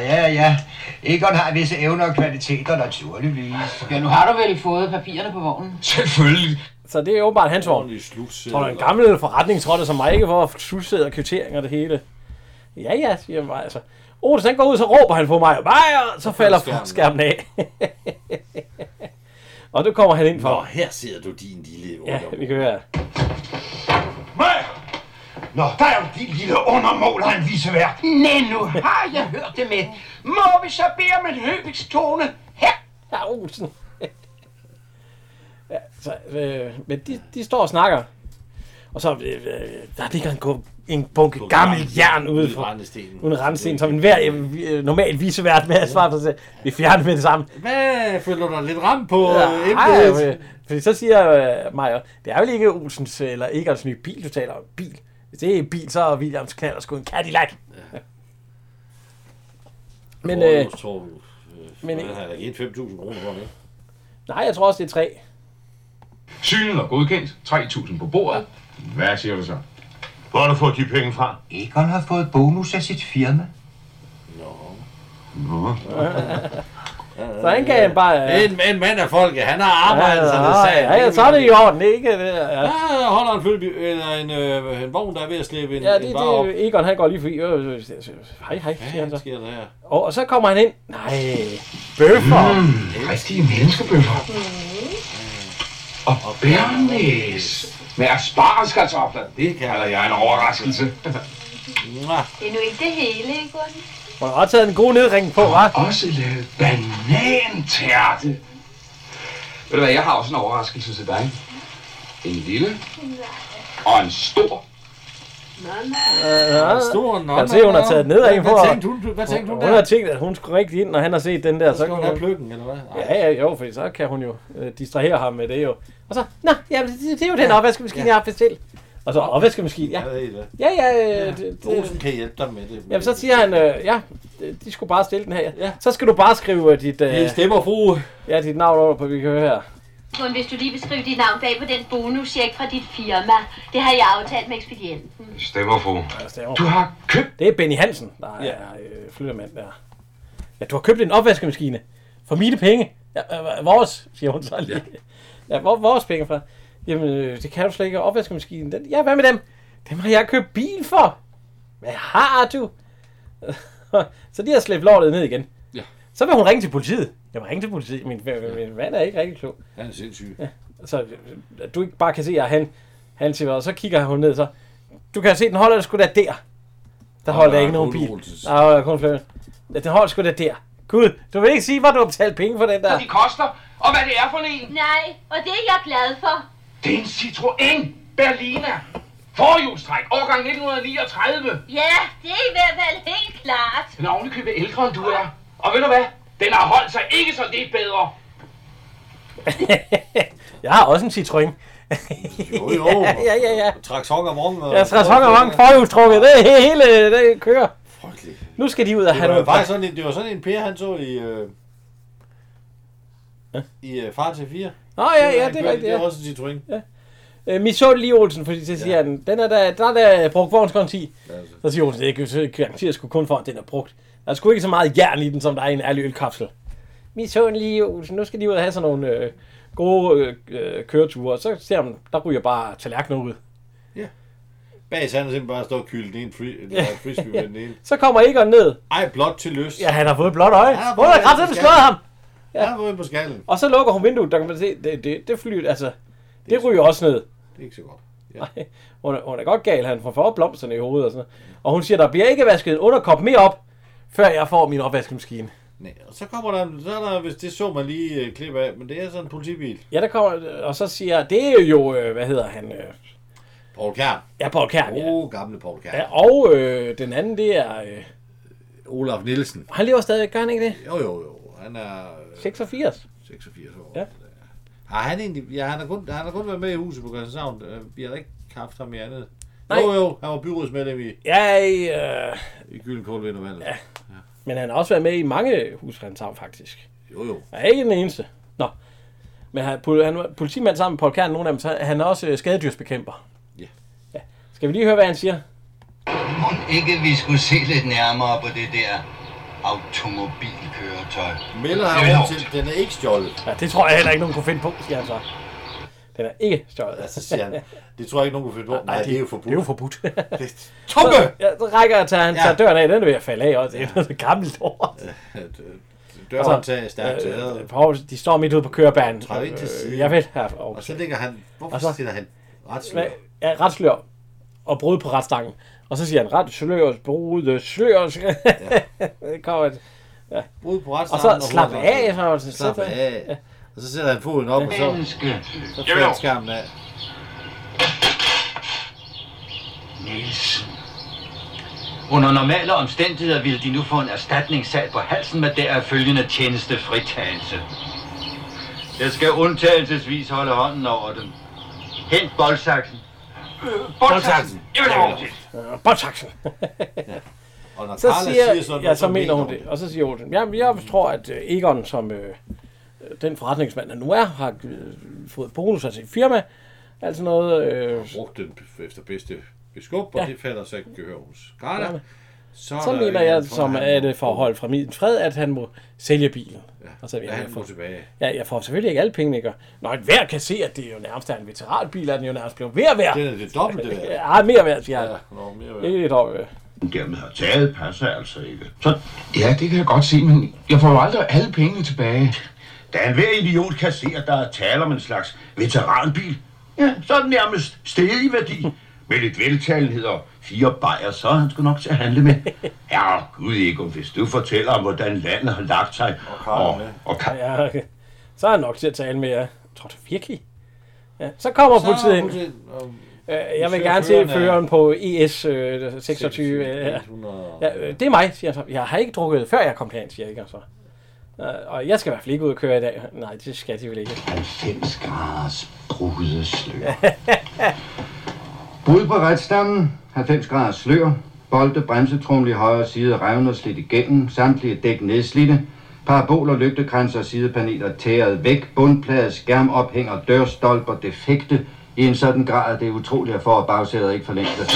Speaker 17: Ja, ja. Egon har visse evner og kvaliteter, naturligvis.
Speaker 4: Ja, nu har du vel fået papirerne på vognen?
Speaker 17: Selvfølgelig.
Speaker 2: Så det er åbenbart hans vogn. Tror du, en gammel forretningsrotte som mig ikke får slutsæde og kvittering og det hele? Ja, ja, siger Majer så. Olsen han går ud, så råber han på mig, Majer, så falder skærmen, skærmen af. og nu kommer han ind for. Nå,
Speaker 3: her sidder du din lille
Speaker 2: Ja, vi kan høre.
Speaker 6: Nå, der er jo din lille undermål af en visevært.
Speaker 4: Nej, nu har jeg hørt det med. Må vi så bede om en høbiks tone? Her!
Speaker 2: Ja, Olsen. Ja, så, øh, men de, de står og snakker. Og så øh, øh, der ligger en, gu- en bunke gammel jern ude
Speaker 3: Uden
Speaker 2: for
Speaker 3: rendestenen.
Speaker 2: Uden rendestenen, som en hver øh, øh, normal visevært med at svare på sig selv. Vi fjerner med det samme.
Speaker 3: Hvad føler du dig lidt ramt på øh,
Speaker 2: Ja,
Speaker 3: embedet?
Speaker 2: ej, øh, fordi så siger øh, Maja, det er vel ikke Olsens øh, eller Egons nye bil, du taler om bil. Hvis det er bil, så er Williams knaller sgu en Cadillac. Ja. Men, øh,
Speaker 3: Aarhus, Aarhus, øh,
Speaker 2: men-
Speaker 3: men han har da givet 5.000 kroner for det.
Speaker 2: nej, jeg tror også, det er tre.
Speaker 18: Synet og godkendt. 3.000 på bordet. Hvad siger du så?
Speaker 6: Hvor har du fået de penge fra?
Speaker 17: Egon har fået bonus af sit firma.
Speaker 6: Nå.
Speaker 2: Så han kan
Speaker 3: Øh,
Speaker 2: bare...
Speaker 3: En, en mand af folket, han har arbejdet, så altså, det
Speaker 2: ja,
Speaker 3: sagde
Speaker 2: ja, ja, så er det i orden, ikke? Det, er- ja.
Speaker 3: Ja, der holder en, følge, eller en, øh, en vogn, der er ved at slippe en,
Speaker 2: Ja,
Speaker 3: en
Speaker 2: det,
Speaker 3: vare op.
Speaker 2: det, Egon han går lige forbi. Øh, øh, øh, Hej, hej, siger han så.
Speaker 3: sker der her?
Speaker 2: Og, og så kommer han ind. Nej, bøffer.
Speaker 18: Mm, rigtige menneskebøffer.
Speaker 6: Mm.
Speaker 18: Og bærnæs med aspargeskartofler. Det kalder jeg en overraskelse.
Speaker 13: Det er nu ikke det hele, Egon.
Speaker 2: Hun har også taget en god nedring på, hva'?
Speaker 18: Også lavet banantærte. Ved du hvad, jeg har også en overraskelse til dig. En lille og en stor.
Speaker 2: Ja,
Speaker 3: Stor nok.
Speaker 2: Kan se, hun har taget nedring på.
Speaker 3: Hvad
Speaker 2: og-
Speaker 3: tænkte hun, hvad tænkte hun
Speaker 2: Hun har
Speaker 3: der?
Speaker 2: tænkt, at hun skulle rigtig ind, når han har set den der. Så
Speaker 3: Skal hun have pløkken, eller hvad?
Speaker 2: Ja, ja, jo, for så kan hun jo øh, distrahere ham med det jo. Og så, nå, ja, det, det er jo den opvaskemaskine, jeg har bestilt. Og så opvaskemaskine, ja. Ja, ja, øh, det,
Speaker 3: Olsen
Speaker 2: det,
Speaker 3: kan hjælpe dig med det.
Speaker 2: Jamen, så siger han, øh, ja, de skulle bare stille den her. Ja. Så skal du bare skrive øh, dit... Øh,
Speaker 3: Det stemmer, fru.
Speaker 2: Ja, dit navn over på, vi kan høre her.
Speaker 8: Kun hvis du lige vil skrive dit navn bag på den bonusjek fra dit firma. Det har jeg aftalt med ekspedienten.
Speaker 6: Stemmer, fru.
Speaker 2: Du har købt... Det er Benny Hansen, der er øh, flyttermand der. Ja, du har købt en opvaskemaskine. For mine penge. Ja, øh, vores, siger hun så lige. Ja, hvor, vores penge fra. Jamen, øh, det kan du slet ikke. Opvaskemaskinen, den... Ja, hvad med dem? Dem har jeg købt bil for. Hvad har du? så de har slæbt lortet ned igen.
Speaker 3: Ja.
Speaker 2: Så vil hun ringe til politiet. Jeg vil ringe til politiet. Min, min, min mand er ikke rigtig klog.
Speaker 3: Han er sindssyg.
Speaker 2: Ja. Så øh, du ikke bare kan se, at han, han siger, og så kigger hun ned, så du kan se, den holder sgu da der. Der
Speaker 3: Og
Speaker 2: holder
Speaker 3: der
Speaker 2: ikke
Speaker 3: er
Speaker 2: nogen
Speaker 3: kun
Speaker 2: bil.
Speaker 3: Olsens.
Speaker 2: Nej, der er kun fløjten. Ja, den holder sgu da der. Gud, du vil ikke sige, hvor du har betalt penge for den der.
Speaker 4: de koster, og hvad det er for en.
Speaker 8: Nej, og det er jeg glad for.
Speaker 4: Det er en Citroën Berliner. Forhjulstræk, årgang 1939.
Speaker 8: Ja, det er i hvert fald helt klart.
Speaker 4: Den er ovenikøbet ældre, end du er. Og ved du hvad? Den har holdt sig ikke så lidt bedre.
Speaker 2: Jeg har også en Citroën.
Speaker 3: Jo, jo.
Speaker 2: ja, ja, ja.
Speaker 3: Trak sok og vrung.
Speaker 2: Jeg skal hokke mange forhjulstrukket. Det er he- hele, det kører. Nu skal de ud og
Speaker 3: Det
Speaker 2: have
Speaker 3: var jo
Speaker 2: noget.
Speaker 3: faktisk sådan en, det var sådan en Per, han så i... Øh, I øh, Far til 4.
Speaker 2: Nå, ja, ja, det er rigtigt,
Speaker 3: Det
Speaker 2: ja.
Speaker 3: var også en Citroën.
Speaker 2: Ja. Øh, min så lige Olsen, fordi så siger ja. han, den er der, der er der brugt vognskonti. Ja, altså. så siger Olsen, det kan jeg garantere sgu kun for, at den er brugt. Der er sgu ikke så meget jern i den, som der er i en ærlig ølkapsel. Min søn lige Olsen, nu skal de ud og have sådan nogle øh, gode øh, øh, køreture, og så ser man, der ryger bare tallerkener ud.
Speaker 3: Bag så han har simpelthen bare stået og kyldet en free, ja. frisbee med den ene.
Speaker 2: Så kommer Egon ned.
Speaker 3: Ej, blot til lyst.
Speaker 2: Ja, han har fået et blåt øje.
Speaker 3: Ja,
Speaker 2: Hun har kraftigt slået ham.
Speaker 3: Ja. Han har fået på skallen.
Speaker 2: Og så lukker hun vinduet, der kan man se, det, det, det fly, altså, det, ryger også ned.
Speaker 3: Det er ikke så godt.
Speaker 2: Nej, hun, er, hun er godt gal, han får for blomsterne i hovedet og sådan noget. Og hun siger, der bliver ikke vasket en underkop mere op, før jeg får min opvaskemaskine.
Speaker 3: Nej, og så kommer der, en- så er der, hvis det så man lige øh, klip af, men det er sådan en politibil.
Speaker 2: Ja, der kommer, og så siger jeg, det er jo, øh, hvad hedder han? Øh,
Speaker 3: Poul Kær.
Speaker 2: Ja, Poul Kjær, ja.
Speaker 3: Oh, gamle Poul Kær.
Speaker 2: ja, og øh, den anden, det er, øh,
Speaker 3: Olaf Nielsen.
Speaker 2: han lever stadigvæk, gør han ikke det?
Speaker 3: Jo, jo, jo. Han er øh,
Speaker 2: 86.
Speaker 3: 86 år.
Speaker 2: Ja.
Speaker 3: Har han egentlig, ja, han har kun, han har kun været med i huset på Christianshavn. Øh, Vi har da ikke haft ham i andet.
Speaker 2: Nej.
Speaker 3: Jo, jo, han var byrådsmedlem i,
Speaker 2: Ja, øh,
Speaker 3: i Gyldenkål ved Norvaldet. Ja.
Speaker 2: men han har også været med i mange husfremsavn, faktisk.
Speaker 3: Jo, jo.
Speaker 2: Han er ikke den eneste. Nå, Men han, pol- han var politimand sammen med Paul Kern, nogle af dem, så han er også øh, skadedyrsbekæmper.
Speaker 3: Ja.
Speaker 2: ja. Skal vi lige høre, hvad han siger?
Speaker 4: Mon ikke vi skulle se lidt nærmere på det der automobilkøretøj.
Speaker 3: Miller har
Speaker 4: Jo.
Speaker 3: råd til, den er ikke stjålet.
Speaker 2: Ja, det tror jeg heller ikke, nogen kunne finde på, siger han så. Den er ikke stjålet.
Speaker 3: Ja, så Altså, siger han, det tror jeg ikke, nogen kunne finde på. Nej, det er jo forbudt.
Speaker 2: Det er jo forbudt.
Speaker 3: Tomme!
Speaker 2: Så, ja, så rækker jeg til, han
Speaker 3: Ja.
Speaker 2: tager døren af. Den er ved at falde af også. Det er noget gammelt lort. Altså,
Speaker 3: Dørhåndtag er
Speaker 2: øh,
Speaker 3: stærkt taget.
Speaker 2: Paul, de står midt ude på kørebanen.
Speaker 3: Træder ind til siden.
Speaker 2: Øh, Jeg ved her. Og,
Speaker 3: Og så ligger han... Hvorfor
Speaker 2: Og så-
Speaker 3: sidder han
Speaker 2: Altså, Hvad-
Speaker 3: retsløb?
Speaker 2: Ja, retslør. Og brud på retstangen. Og så siger han, ret slør, brud, øh, slør. Ja. kommer et, ja.
Speaker 3: Brud på
Speaker 2: Og
Speaker 3: retstangen.
Speaker 2: så slap af. Så, så,
Speaker 3: Slap af. Og så sætter han foden op, og så...
Speaker 4: Menneske.
Speaker 3: Så falder han skærmen af.
Speaker 4: Nielsen. Under normale omstændigheder ville de nu få en erstatningssag på halsen med deraf følgende tjenestefritagelse. Jeg skal undtagelsesvis holde hånden over dem. Hent boldsaksen.
Speaker 2: Boldsaksen.
Speaker 4: Jeg vil have boldsaksen.
Speaker 2: Øh, Bolsaksen.
Speaker 3: Og når
Speaker 2: så
Speaker 3: Carla
Speaker 2: siger,
Speaker 3: siger sådan
Speaker 2: ja,
Speaker 3: noget,
Speaker 2: så mener hun det. Og så siger Olsen, jamen jeg tror, at øh, Egon, som øh, den forretningsmand, han nu er, har øh, fået bonus af sit firma. Altså noget... Øh,
Speaker 3: Brugt den efter bedste beskub,
Speaker 2: Ja.
Speaker 3: og det falder så ikke gehør hos Carla. Så, er
Speaker 2: så
Speaker 3: der
Speaker 2: mener
Speaker 3: en,
Speaker 2: jeg,
Speaker 3: tror
Speaker 2: som
Speaker 3: han-
Speaker 2: er det forhold fra min fred, at han må sælge bilen. Ja, og så vil
Speaker 3: Ja,
Speaker 2: jeg,
Speaker 3: han
Speaker 2: jeg
Speaker 3: må
Speaker 2: får,
Speaker 3: tilbage.
Speaker 2: ja, jeg får selvfølgelig ikke alle pengene, ikke? Og Når et hver kan se, at det er jo nærmest er en veteranbil, er den jo nærmest blevet mere værd.
Speaker 3: Det er det dobbelte værd.
Speaker 2: Ja, mere værd, siger han. Ja,
Speaker 3: nå, mere
Speaker 2: værd. Ikke et år værd.
Speaker 19: Dermed har taget passer altså ikke. Så, ja, det kan jeg godt se, men jeg får jo aldrig alle pengene tilbage.
Speaker 20: Da en hver idiot kan se, at der er tale om en slags veteranbil, ja, så er den nærmest steget i værdi. Med lidt veltalenhed og fire bajer, så er han sgu nok til at handle med. Ja, gud Egon, hvis du fortæller om, hvordan landet har lagt sig, og, og kan
Speaker 2: Ja, okay. Så er han nok til at tale med jer. Tror du virkelig? Ja, så kommer
Speaker 3: Så er
Speaker 2: politiet ind.
Speaker 3: politiet, og-
Speaker 2: Øh, jeg vil
Speaker 3: Søger
Speaker 2: gerne se
Speaker 3: føreren af-
Speaker 2: føreren på ES øh, 26. øh, ja.
Speaker 3: 100.
Speaker 2: Ja, øh, det er mig, siger han så. Jeg har ikke drukket, før jeg kom herind, siger Egon så. Øh, og jeg skal i hvert fald ikke ud og køre i dag. Nej, det skal de vel ikke.
Speaker 4: 90 graders brudeslør. Brud på retstammen, 90 graders slør, bolde, bremsetrumle i højre side, revner slidt igennem, samtlige dæk nedslidte, paraboler, lygtekranser og sidepaneler tæret væk, bundplade, skærm, ophænger, dørstolper, defekte, i en sådan grad, at det er utroligt at for, at bagsædet ikke forlængte sig.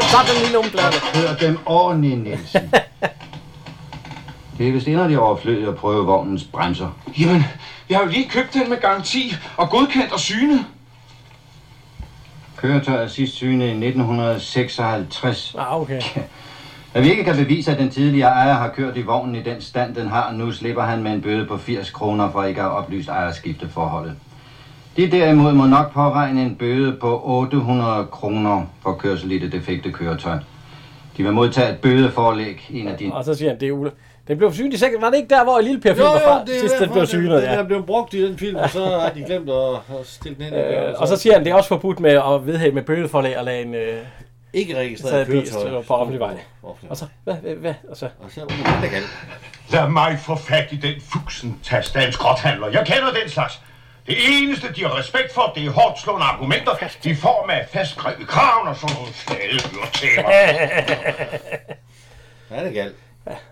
Speaker 2: Så er den lige nogle blade.
Speaker 4: Kør dem ordentligt, Nielsen. Det er vist inderligt overflødigt at prøve vognens bremser.
Speaker 19: Jamen, jeg har jo lige købt den med garanti og godkendt og synet.
Speaker 4: Køretøjet er sidst synet i 1956.
Speaker 2: Ah, okay.
Speaker 4: At vi ikke kan bevise, at den tidligere ejer har kørt i vognen i den stand, den har, nu slipper han med en bøde på 80 kroner for ikke at have oplyst ejerskifteforholdet. De derimod må nok påregne en bøde på 800 kroner for kørsel i det defekte køretøj. De vil modtage et bødeforlæg, en af de...
Speaker 2: Og så siger han, det er Ule. Den blev synet i sækken. Var det ikke der, hvor Lille Per Film
Speaker 3: Jo,
Speaker 2: var
Speaker 3: jo,
Speaker 2: fra?
Speaker 3: det er
Speaker 2: Sidst den
Speaker 3: derfor,
Speaker 2: blev
Speaker 3: det-
Speaker 2: synet,
Speaker 3: det er
Speaker 2: ja.
Speaker 3: der blev brugt i den film, og så har de glemt at, at stille den ind. i
Speaker 2: Øh,
Speaker 3: døren,
Speaker 2: og så siger han, det er også forbudt med at vedhæve med bødeforlag og lade en... Øh,
Speaker 3: Ikke registreret
Speaker 2: sad bil
Speaker 3: køretøj.
Speaker 2: stå på offentlig vej.
Speaker 3: Offentlig
Speaker 2: Og så, hvad, hvad, hvad, og så...
Speaker 3: Og så, uh, det galt.
Speaker 6: Lad mig få fat i den fusen taste af en skrothandler. Jeg kender den slags. Det eneste, de har respekt for, det er hårdt slående argumenter i form af fastgrebet kraven og sådan nogle flade hørtæver.
Speaker 3: Ja, det galt.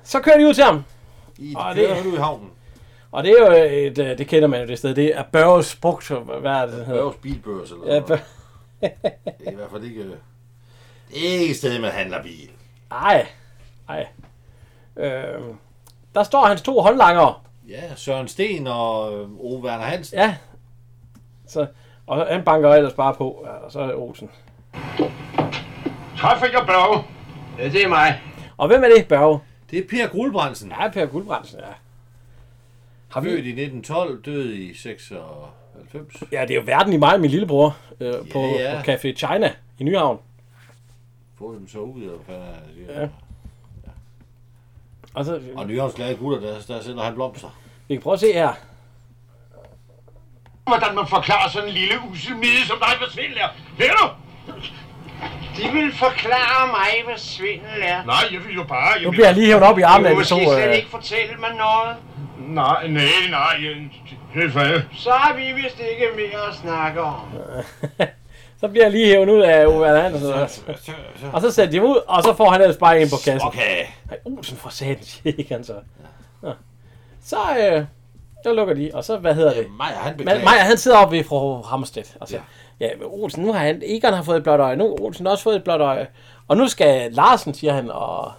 Speaker 2: Så kører de ud til ham.
Speaker 3: I
Speaker 2: Og
Speaker 3: og
Speaker 2: det-
Speaker 3: det kører du i havnen.
Speaker 2: Og det er jo et, øh, det kender man jo det sted, det er Børges Brugt, hvad er det, det hedder?
Speaker 3: Børges Bilbørs eller
Speaker 2: Ja,
Speaker 3: sådan
Speaker 2: Bør...
Speaker 3: noget. Det er i hvert fald ikke... øh, Det er ikke et sted, man handler bil.
Speaker 2: Ej, ej. Øhm, der står hans to håndlangere.
Speaker 3: Ja, Søren Sten og øh, Ove Werner Hansen.
Speaker 2: Ja. Så, og han banker ellers bare på, ja, og så er det Olsen.
Speaker 6: Træffer jeg Børge?
Speaker 4: Ja, det er mig.
Speaker 2: Og hvem er det, Børge?
Speaker 3: Det er Per Guldbrandsen.
Speaker 2: Ja, Per Guldbrandsen, ja. Har vi...
Speaker 3: Født i 1912, død i 96.
Speaker 2: Ja, det er jo verden i mig og min lillebror øh, på,
Speaker 3: ja.
Speaker 2: på Café China i Nyhavn.
Speaker 3: Få dem så ud, og hvad fanden er
Speaker 2: Ja.
Speaker 3: det, ja.
Speaker 2: Og så,
Speaker 3: Og Nyhavns glade gutter, der, der sælger han blomster.
Speaker 2: vi kan prøve at se her.
Speaker 6: Hvordan man forklarer sådan en lille usemide som dig, hvad svindel er. Ved du?
Speaker 21: De vil forklare mig, hvad svindel er.
Speaker 6: Nej, jeg vil jo bare... Jeg
Speaker 2: Nu bliver jeg lige hævet op i armen af de to...
Speaker 21: De kan slet
Speaker 2: Øh,
Speaker 21: ikke fortælle mig noget.
Speaker 6: Nej, nej, nej. Helt fald.
Speaker 21: Så har vi vist ikke mere at snakke om.
Speaker 2: så bliver jeg lige hævet ud af Ove Werner Hansen. og- Og så sætter de ham ud, og så får han ellers bare en på kassen.
Speaker 3: Okay.
Speaker 2: Nej, Olsen for satan, siger han så. Nå. Så, øh, Der lukker de, og så, hvad hedder det?
Speaker 3: Øh, Maja, han
Speaker 2: Men
Speaker 3: beklager.
Speaker 2: Maja, han sidder oppe ved fru Hamstedt. Altså, ja. ja, men Olsen, nu har han, Egon har fået et blåt øje, nu har Olsen også fået et blåt øje. Og nu skal Larsen, siger han, og,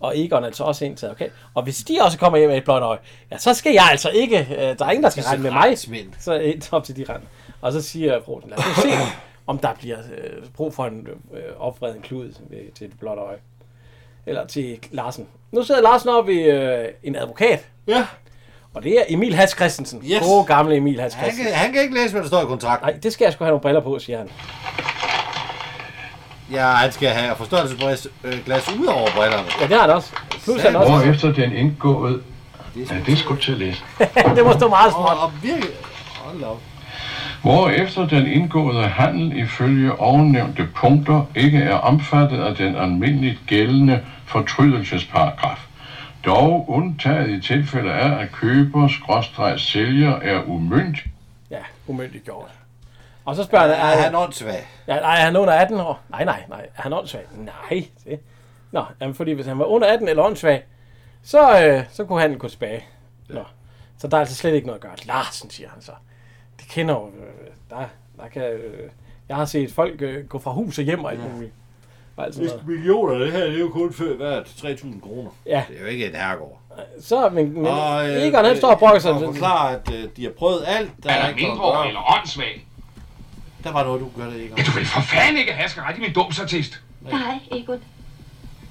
Speaker 2: og Egon altså også ind til, okay? Og hvis de også kommer hjem med et blåt øje, ja, så skal jeg altså ikke, øh, der er ingen, der skal
Speaker 3: Disse
Speaker 2: regne med mig.
Speaker 3: retsmænd.
Speaker 2: Så ind op til de rand. Og så siger Brosen, lad os nu se, om der bliver øh, brug for en øh, opreden klud ved, til et blåt øje. Eller til Larsen. Nu sidder Larsen oppe ved øh, en advokat.
Speaker 3: Ja.
Speaker 2: Og det er Emil Hans Christensen.
Speaker 3: Yes.
Speaker 2: Gode gamle Emil Hans
Speaker 3: Han
Speaker 2: Christensen.
Speaker 3: kan, han kan ikke læse, hvad der står i kontrakten.
Speaker 2: Nej, det skal jeg sgu have nogle briller på, siger han.
Speaker 3: Ja, han skal have forstørrelsesglas øh, glas ud over brillerne.
Speaker 2: Ja, det har han også. Plus han også.
Speaker 14: Hvor efter den indgået... Ja, det skulle til at læse.
Speaker 2: det må stå meget smart.
Speaker 3: Og, og virkelig... Hold da op.
Speaker 14: Hvor efter den indgåede handel ifølge ovennævnte punkter ikke er omfattet af den almindeligt gældende fortrydelsesparagraf. Dog undtaget i tilfælde af, at køber, skråstreg, sælger er umyndt.
Speaker 2: Ja, umyndiggjort. Og så spørger han, er han
Speaker 3: åndssvag?
Speaker 2: Ja, nej, er han under 18 år? Nej, nej, nej. Er han åndssvag? Nej. Det. Nå, jamen, fordi hvis han var under 18 eller åndssvag, så, øh, så kunne han gå tilbage. Nå. Så der er altså slet ikke noget at gøre. Larsen, siger han så. Det kender jo... Øh, der, der kan, øh, jeg har set folk øh, gå fra hus og hjem og alt muligt. Og alt sådan noget.
Speaker 3: millioner, det her det er jo kun før hvert 3.000 kroner.
Speaker 2: Ja.
Speaker 3: Det er jo ikke en herregård.
Speaker 2: Så, men, men Egon, han står og brokker sig.
Speaker 3: Og forklarer, at øh, de har prøvet alt. Der
Speaker 18: Er der
Speaker 3: ikke noget at
Speaker 18: mindre
Speaker 3: gøre.
Speaker 18: eller åndssvag?
Speaker 3: Der var noget, du gør det, Egon.
Speaker 18: Du vil for fanden ikke have ret i min domsartist.
Speaker 8: Nej, Egon.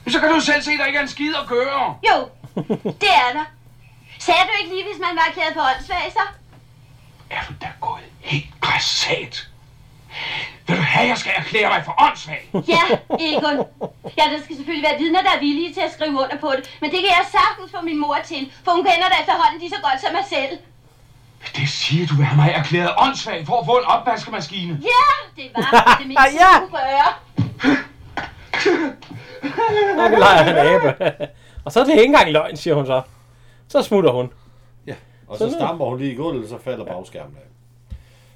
Speaker 18: Men så kan du selv se, at der ikke er en skid at køre.
Speaker 8: Jo, det er der. Sagde du ikke lige, hvis man var erklæret på åndssvag, så?
Speaker 18: Græsat! Vil du have, at jeg skal erklære mig for åndssvag?
Speaker 8: Ja, Egon. Ja, der skal selvfølgelig være vidner, der er villige til at skrive under på det. Men det kan jeg sagtens få min mor til, for hun kender dig efterhånden lige så godt som mig selv.
Speaker 18: Det siger du vil have mig erklæret åndssvag for at få en opvaskemaskine.
Speaker 8: Ja, det var det mindste,
Speaker 18: Ja.
Speaker 8: du kunne gøre.
Speaker 2: Og nu leger han abe. og så er det ikke engang løgn, siger hun så. Så smutter hun.
Speaker 3: Og så
Speaker 2: Sådan.
Speaker 3: stamper hun lige i gulvet, og så falder bagskærmen af.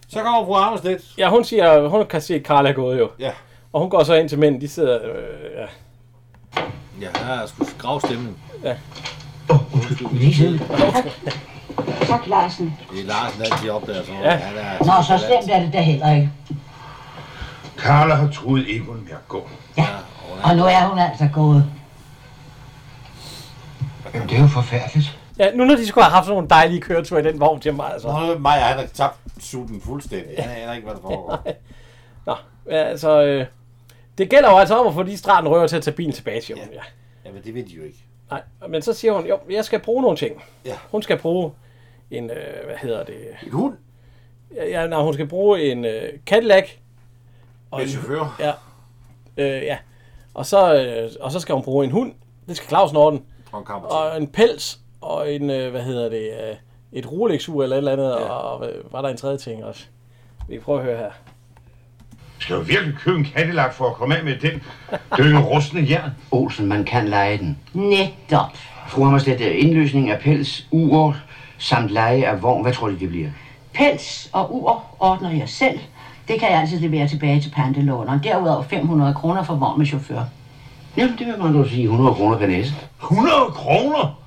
Speaker 3: Så kommer fru Armstedt.
Speaker 2: Ja, hun siger, hun kan se, at Karl er gået jo.
Speaker 3: Ja.
Speaker 2: Og hun går så ind til mænd, de sidder... Øh, ja.
Speaker 3: Ja, der er sgu gravstemning.
Speaker 2: Ja.
Speaker 22: Tak, Larsen.
Speaker 3: Det er Larsen, der altid opdager sådan
Speaker 6: Ja.
Speaker 3: noget. Han er
Speaker 22: Nå, så slemt er det da heller ikke.
Speaker 6: Karla har troet Egon med at gå.
Speaker 22: Og nu er hun altså gået.
Speaker 14: Jamen, det er jo forfærdeligt.
Speaker 2: ja, nu når de skulle have haft sådan nogle dejlige køreture i den vogn til mig, altså.
Speaker 3: Nå, Maja, han har tabt suppen fuldstændig. Han aner ikke, hvad der foregår.
Speaker 2: Nå, ja, altså... Øh, det gælder jo altså om at få de straten røver til at tage bilen tilbage, siger hun. Ja.
Speaker 3: Jamen, det ved de jo ikke.
Speaker 2: Nej, men så siger hun, jo, jeg skal bruge nogle ting.
Speaker 3: Ja.
Speaker 2: Hun skal bruge en, øh, hvad hedder det?
Speaker 3: En hund?
Speaker 2: Ja, ja nej, hun skal bruge en øh, Cadillac.
Speaker 3: En chauffør.
Speaker 2: Ja. Øh, ja. Og så, øh, og så skal hun bruge en hund. Det skal Clausen ordne.
Speaker 3: Og en kammer.
Speaker 2: Og en pels. Og en, øh, hvad hedder det, øh, et rolex ur eller et eller andet. Ja. Og, og øh, var der en tredje ting også? Vi kan prøve at høre her.
Speaker 6: Skal du virkelig købe en Cadillac for at komme af med den dynge rustne jern?
Speaker 10: Olsen, man kan lege den.
Speaker 22: Netop.
Speaker 10: Fru Hammerstedt, øh, indløsning af pels, ur samt leje af vogn. Hvad tror du, det bliver?
Speaker 22: Pels og ur ordner jeg selv. Det kan jeg altid levere tilbage til pantelåneren. Derudover 500 kroner for vogn med chauffør.
Speaker 10: Jamen, det vil man nu sige 100 kroner per næse.
Speaker 6: 100 kroner?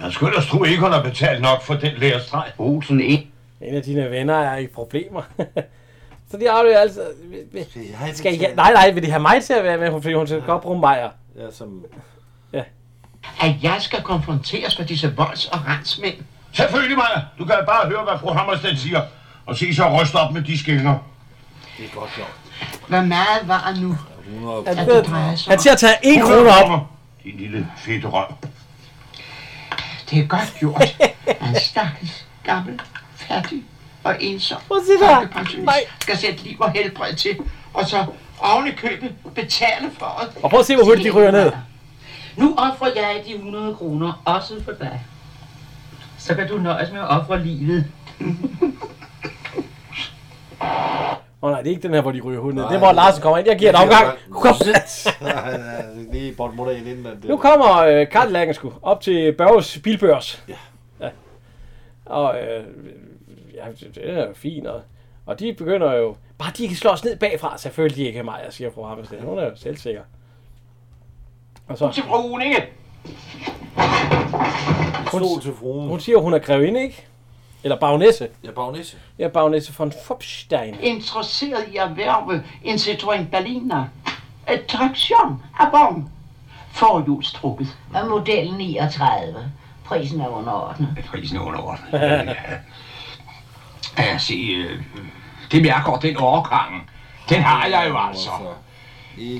Speaker 6: Man skulle ellers tro, Egon har betalt nok for den lærestreg.
Speaker 10: Olsen, en.
Speaker 2: En af dine venner er i problemer. så de afleverer altså...
Speaker 3: jeg
Speaker 2: Skal
Speaker 3: betale?
Speaker 2: jeg, nej, nej, vil de have mig til at være med? Fordi hun skal godt bruge Majer.
Speaker 3: Ja, som...
Speaker 10: At jeg skal konfronteres med disse volds- og rensmænd.
Speaker 6: Selvfølgelig, Maja. Du kan bare høre, hvad fru Hammerstedt siger. Og se så ryste op med de skænger.
Speaker 3: Det er godt gjort.
Speaker 10: Hvor meget var nu?
Speaker 3: 100
Speaker 10: At det drejer sig om-
Speaker 6: op. Din lille fedte røv.
Speaker 10: Det er godt gjort. En stakkels, gammel, fattig og ensom folkepensionist skal sætte liv og helbred til, og så oven i købet betale for det.
Speaker 2: Og prøv at se, hvor hurtigt de ryger ned.
Speaker 22: Nu offrer jeg de 100 kroner også for dig. Så kan du nøjes med at ofre livet.
Speaker 2: Åh oh, nej, det er ikke den her, hvor de ryger hunden ned. Det er, hvor Larsen kommer ind. Jeg giver en omgang. Kom.
Speaker 3: Lige bort modellen inden. at det-
Speaker 2: Nu kommer øh, Kartelagen sgu op til Børges bilbørs. Ja. ja. Og øh, ja, det- det er jo fint. Og, og de begynder jo... Bare de kan slå os ned bagfra. Selvfølgelig ikke mig, siger fru Hammerstedt. Hun er jo selvsikker. Og så...
Speaker 18: Til Brune!
Speaker 3: stol til fruen.
Speaker 2: Hun siger, hun er grevinde, ikke? Eller bagnesse.
Speaker 3: Ja, bagnisse.
Speaker 2: Ja, bagnesse von Fopstein.
Speaker 10: interesseret i at erhverve en Citroën Berliner. Et traktion af vogn. Forhjulstrukket.
Speaker 22: Og modellen 39. Prisen er underordnet.
Speaker 18: Prisen er underordnet. Ja, se, øh, det mærker den overgang. Den har jeg jo altså.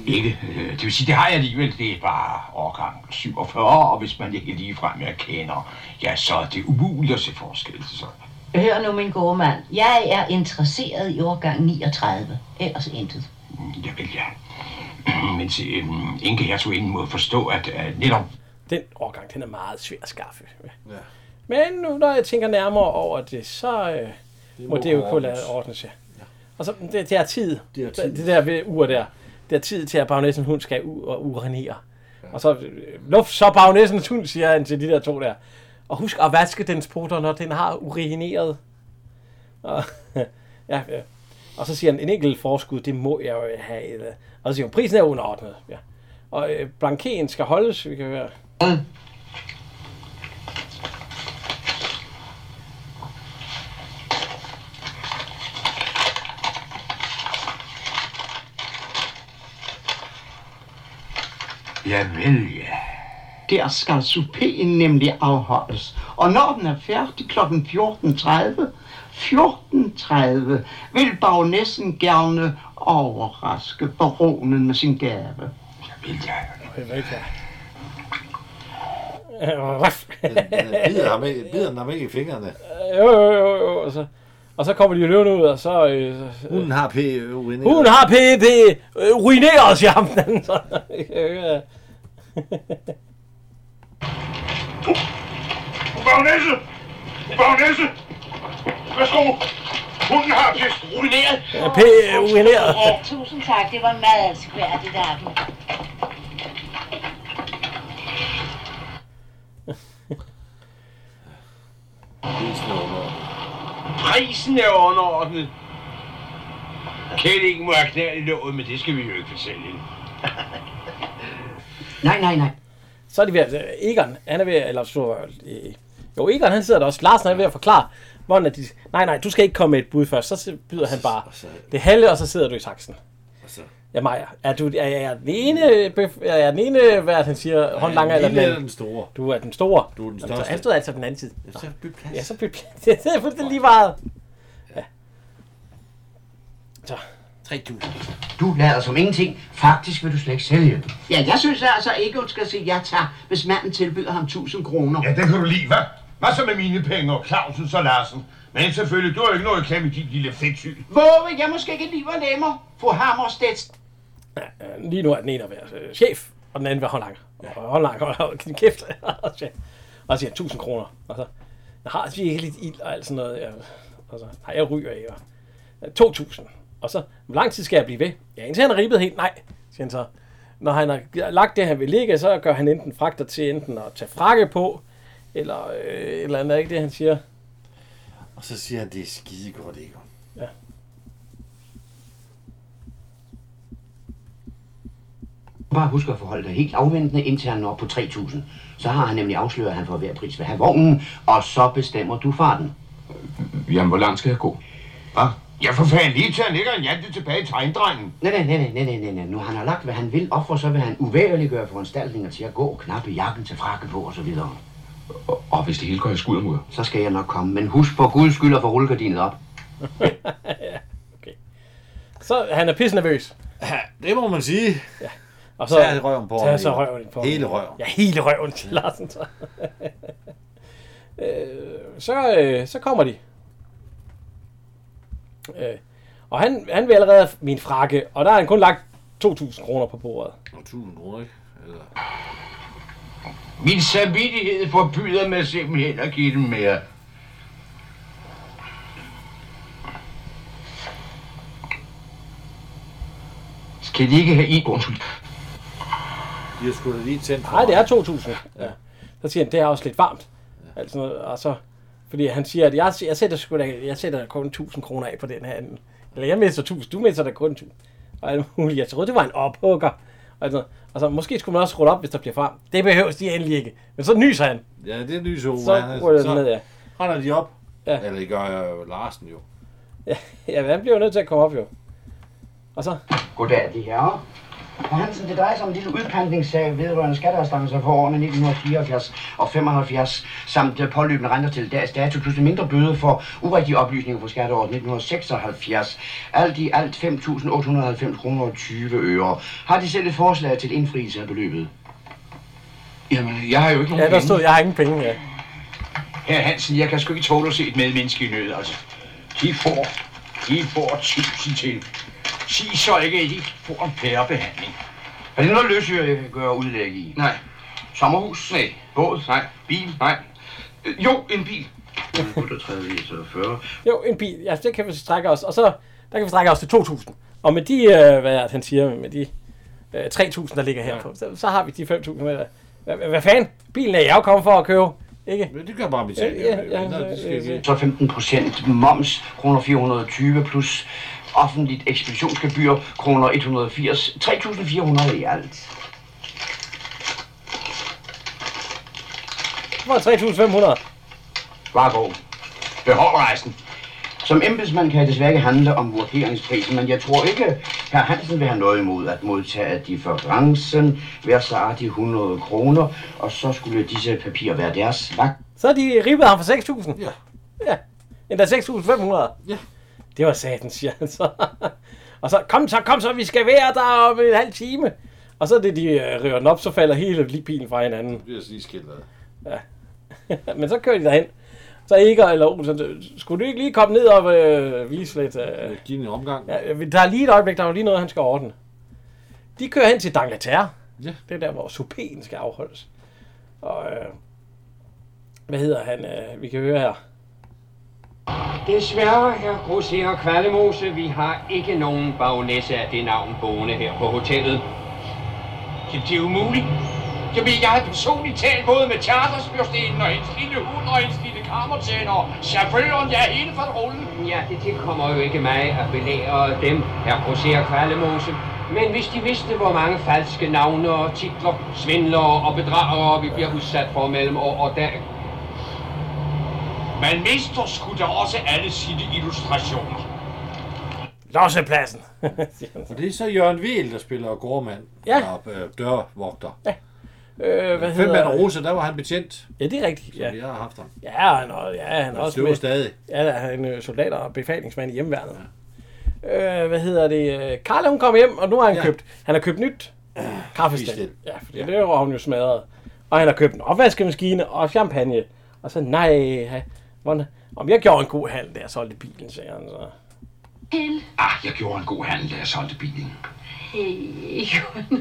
Speaker 18: Ikke, øh, det vil sige, det har jeg alligevel. Det er bare årgang 47, og hvis man ikke ligefrem er kender, ja, så er det umuligt at se forskel. Så.
Speaker 22: Hør nu, min gode mand. Jeg er interesseret i årgang 39. Ellers intet.
Speaker 18: Jeg vil ja. Men se, øh, Inge Hertuginden må forstå, at øh, netop
Speaker 2: Den årgang, den er meget svær at skaffe. Ja. Men nu, når jeg tænker nærmere over det, så øh, det må,
Speaker 3: må
Speaker 2: det jo kunne
Speaker 3: ordnes.
Speaker 2: lade ordnes, ja. Og så, det, det er tid.
Speaker 3: Det er tid.
Speaker 2: Det der ved ur der. Det er tid til, at bagnessen hund skal ud og urinere. Og så, øh, luft så bagnessens hund, siger han til de der to der. Og husk at vaske dens poter, når den har urineret. Og, ja, ja. og så siger han, en enkelt forskud, det må jeg jo have. Eller. Og så siger hun, prisen er underordnet. Ja. Og øh, blankeen skal holdes, vi kan høre.
Speaker 18: Ja, vel, ja.
Speaker 10: Der skal supéen nemlig afholdes. Og når den er færdig kl. 14.30, 14.30 vil bagnæssen gerne overraske baronen med sin gave.
Speaker 2: Jeg ved ikke, ja. Raf.
Speaker 3: Bider ham ikke, bider ham ikke i fingrene.
Speaker 2: jo, jo, jo, jo. Og så, og så kommer de løbende ud, og så... Øh, så-
Speaker 3: Hunden har p-urineret.
Speaker 2: E. Hun har PD øh, ruineret, siger ham den anden. Så, øh,
Speaker 5: Bagnæsse! Bagnæsse! Værsgo! Hunden har pis ruineret.
Speaker 2: Ja, p- E, ruineret.
Speaker 5: Åh,
Speaker 8: Ja, tusind tak. Det var meget elskværdigt af dem.
Speaker 23: Prisen er underordnet. Kællingen må have knald i låget, men det skal vi jo ikke fortælle hende.
Speaker 2: nej, nej, nej. Så er de ved at... øh, Egon, han er ved at... Eller, så, øh, jo, Egon, han sidder der også. Larsen er ved at forklare, hvordan er de... Nej, nej, du skal ikke komme med et bud først. Så si- byder han bare det halve, og så sidder du i saksen.
Speaker 3: Altså,
Speaker 2: Ja, Maja, er du er, er, er den ene, bøf, er, er den ene hvad han siger, håndlanger eller den
Speaker 3: lille eller
Speaker 2: anden?
Speaker 3: den store?
Speaker 2: Du er den store.
Speaker 3: Du er den
Speaker 2: Jamen, så
Speaker 3: største.
Speaker 2: han stod altså den anden side.
Speaker 3: Ja, så byt plads.
Speaker 2: Ja, så byt plads. Det er fuldstændig lige meget. Ja. Så.
Speaker 10: 3.000.
Speaker 4: Du lader som ingenting. Faktisk vil du slet ikke sælge.
Speaker 10: Ja, jeg synes altså ikke, hun skal sige ja tak, hvis manden tilbyder ham 1000 kroner.
Speaker 6: Ja, det kan du lide, hvad? Hvad så med mine penge og Clausens og Larsen? Men selvfølgelig, du har jo ikke noget klem i din lille fedtsyl.
Speaker 10: Våge, jeg måske ikke lige var lemmer. Fru Hammerstedt.
Speaker 2: Ja, øh, lige nu er den ene at være øh, chef, og den anden vil håndlanger. Og håndlanger holder din kæft. og så- og så siger han, 1000 kroner. Og så, jeg har altså ikke lidt ild og alt sådan noget. Ja. Og så, nej, jeg ryger ikke. Og, ja, 2000. Og så, hvor lang tid skal jeg blive ved? Ja, indtil han er ribbet helt. Nej, siger han så. Når han har lagt det, han vil ligge, så gør han enten fragter til enten at tage frakke på, eller øh, et eller andet, Er ikke det, han siger?
Speaker 3: Og så siger han, det er skide godt, ikke?
Speaker 2: Ja.
Speaker 4: Bare husk at forholde dig helt afventende, indtil han når på 3.000. Så har han nemlig afsløret, at han for hver pris vil have vognen, og så bestemmer du farten.
Speaker 18: Jamen, hvor langt skal jeg gå?
Speaker 4: Hvad?
Speaker 6: Ja, for fanden, lige til han lægger en jante tilbage i tegndrengen.
Speaker 4: Nej, nej, nej, nej, nej, nej, nej, nej. Nu han har lagt, hvad han vil op for, så vil han uværliggøre foranstaltninger til at gå, knappe jakken til frakke på og så videre. Og, og hvis det hele går i skuddermudder? Så skal jeg nok komme, men husk for guds skyld at få rullegardinet op.
Speaker 2: Så han er pisse nervøs.
Speaker 3: Ja, det må man sige.
Speaker 2: Ja.
Speaker 3: Tag røven på
Speaker 2: Tag
Speaker 3: ham,
Speaker 2: så
Speaker 3: Egon.
Speaker 2: røven på
Speaker 3: Hele
Speaker 2: ham.
Speaker 3: røven.
Speaker 2: Ja, hele røven til Larsen. Så, øh, så, øh, så kommer de. Øh, og han, han vil allerede have min frakke, og der har han kun lagt 2.000 kroner på bordet.
Speaker 3: Og 1000 kroner, ikke? Eller...
Speaker 18: Min samvittighed forbyder mig simpelthen at give dem mere. Skal de ikke have i? Undskyld.
Speaker 3: De har sgu da lige tændt for
Speaker 2: Nej, det er
Speaker 3: meget.
Speaker 2: 2.000. Ja. Så siger han, det er også lidt varmt. Altså, og så, fordi han siger, at jeg, jeg sætter, sgu da, jeg sætter kun 1.000 kroner af på den her anden. Eller jeg mister 1.000, du mister da kun 1.000. Og alt muligt. Jeg troede, det var en ophukker. Altså, altså, måske skulle man også rulle op, hvis der bliver frem. Det behøves de endelig ikke. Men så nyser han.
Speaker 3: Ja, det er en ny så,
Speaker 2: Så ruller den ned, ja.
Speaker 3: Render de op. Ja. Eller det gør øh, Larsen jo.
Speaker 2: Ja, ja, han bliver jo nødt til at komme op, jo. Og så...
Speaker 4: Goddag, de herrer. Og Hansen, det drejer sig om en lille udpantningssag vedrørende skatteafstandelser for årene 1974 og 75, samt øh, påløbende renter til dags dato, plus en mindre bøde for urigtige oplysninger for skatteåret 1976. Alt i alt 5.890 kroner og 20 øre. Har de selv et forslag til indfrielse af beløbet?
Speaker 18: Jamen, jeg har jo ikke nogen
Speaker 4: Ja, der stod,
Speaker 2: jeg har ingen penge, ja.
Speaker 18: Herr Hansen, jeg kan sgu ikke tåle at se et medmenneske i nød, altså. De får, de får tusind til. Sig så ikke, at de får en pærebehandling.
Speaker 4: Er det noget løshyre, jeg kan gøre udlæg i?
Speaker 18: Nej.
Speaker 4: Sommerhus?
Speaker 18: Nej. Båd? Nej. Bil? Nej. Øh, Jo, en bil.
Speaker 4: 38, 40.
Speaker 2: Jo, en bil. Ja, det kan vi strække os. Og så der kan vi strække os til 2.000. Og med de, øh, hvad er det, han siger, med de øh, 3.000, der ligger her på, så, så har vi de 5.000 med. Hvad, hvad fanden? Bilen er jeg jo kommet for at købe. Ikke?
Speaker 3: Men det gør bare vi
Speaker 2: selv. Ja, ja, ja,
Speaker 4: Så 15 procent moms, kroner 420 plus offentligt ekspeditionsgebyr, kroner 180, 3.400 i alt.
Speaker 2: Det var 3.500.
Speaker 4: Bare gå. Behold rejsen. Som embedsmand kan jeg desværre ikke handle om vurderingsprisen, men jeg tror ikke, herr Hansen vil have noget imod at modtage differencen hver så de 100 kroner, og så skulle disse papirer være deres vagt.
Speaker 2: Så er de ribbet ham for 6.000. Ja. Ja. Endda 6.500. Ja. Det var satan, siger han så. og så, kom så, kom så, vi skal være der om en halv time. Og så er det, de øh, river den op, så falder hele lige bilen fra hinanden. Det
Speaker 3: bliver altså lige øh, skildret.
Speaker 2: Ja. Men så kører de derhen. Så Eger eller Olsen, øh, skulle du ikke lige komme ned og øh, vise lidt? Øh,
Speaker 3: Give den en omgang.
Speaker 2: ja, øh, der er lige et øjeblik, der er jo lige noget, han skal ordne. De kører hen til Dangleterre.
Speaker 3: Ja.
Speaker 2: Det er der, hvor supéen skal afholdes. Og øh, hvad hedder han? Øh, vi kan høre her.
Speaker 24: Desværre, herr Grosser Kvallemose, vi har ikke nogen bagnæsse af det navn boende her på hotellet.
Speaker 18: Jamen, det er umuligt.
Speaker 24: Jamen, jeg har personligt talt både med charterspørstenen og hendes lille hund og hendes lille kammertjener. Chaufføren, jeg er hele for rullen. Ja, det tilkommer jo ikke mig at belære dem, herr Grosser Kvallemose. Men hvis de vidste, hvor mange falske navne og titler, svindlere og bedragere vi bliver udsat for mellem år og dag,
Speaker 23: Man mister sgu da også alle sine illustrationer.
Speaker 2: Lossepladsen.
Speaker 3: og det er så Jørgen Wiel, der spiller gårdmand
Speaker 2: Ja.
Speaker 3: og øh, dørvogter.
Speaker 2: Ja. Øh, hvad
Speaker 3: Fem
Speaker 2: hedder
Speaker 3: mand Rose, der var han betjent.
Speaker 2: Ja, det er rigtigt.
Speaker 3: Ja. Jeg har haft ham.
Speaker 2: Ja, han er, ja, han er
Speaker 3: Og
Speaker 2: også
Speaker 3: støver stadig.
Speaker 2: Ja, der er han øh, soldat og befalingsmand i hjemmeværnet. Ja. Øh, hvad hedder det? øh, Karla, hun kom hjem, og nu har han ja. købt, han har købt nyt kaffestel.
Speaker 3: Kaffestel.
Speaker 2: Ja, for det ja. var hun jo smadret. Og han har købt en opvaskemaskine og champagne. Og så, nej, ha, hvordan, om jeg gjorde en god handel, da jeg solgte bilen, sagde han så.
Speaker 8: Hel,
Speaker 18: Ah, jeg gjorde en god handel, da jeg solgte bilen.
Speaker 8: hey, Jon. Øh,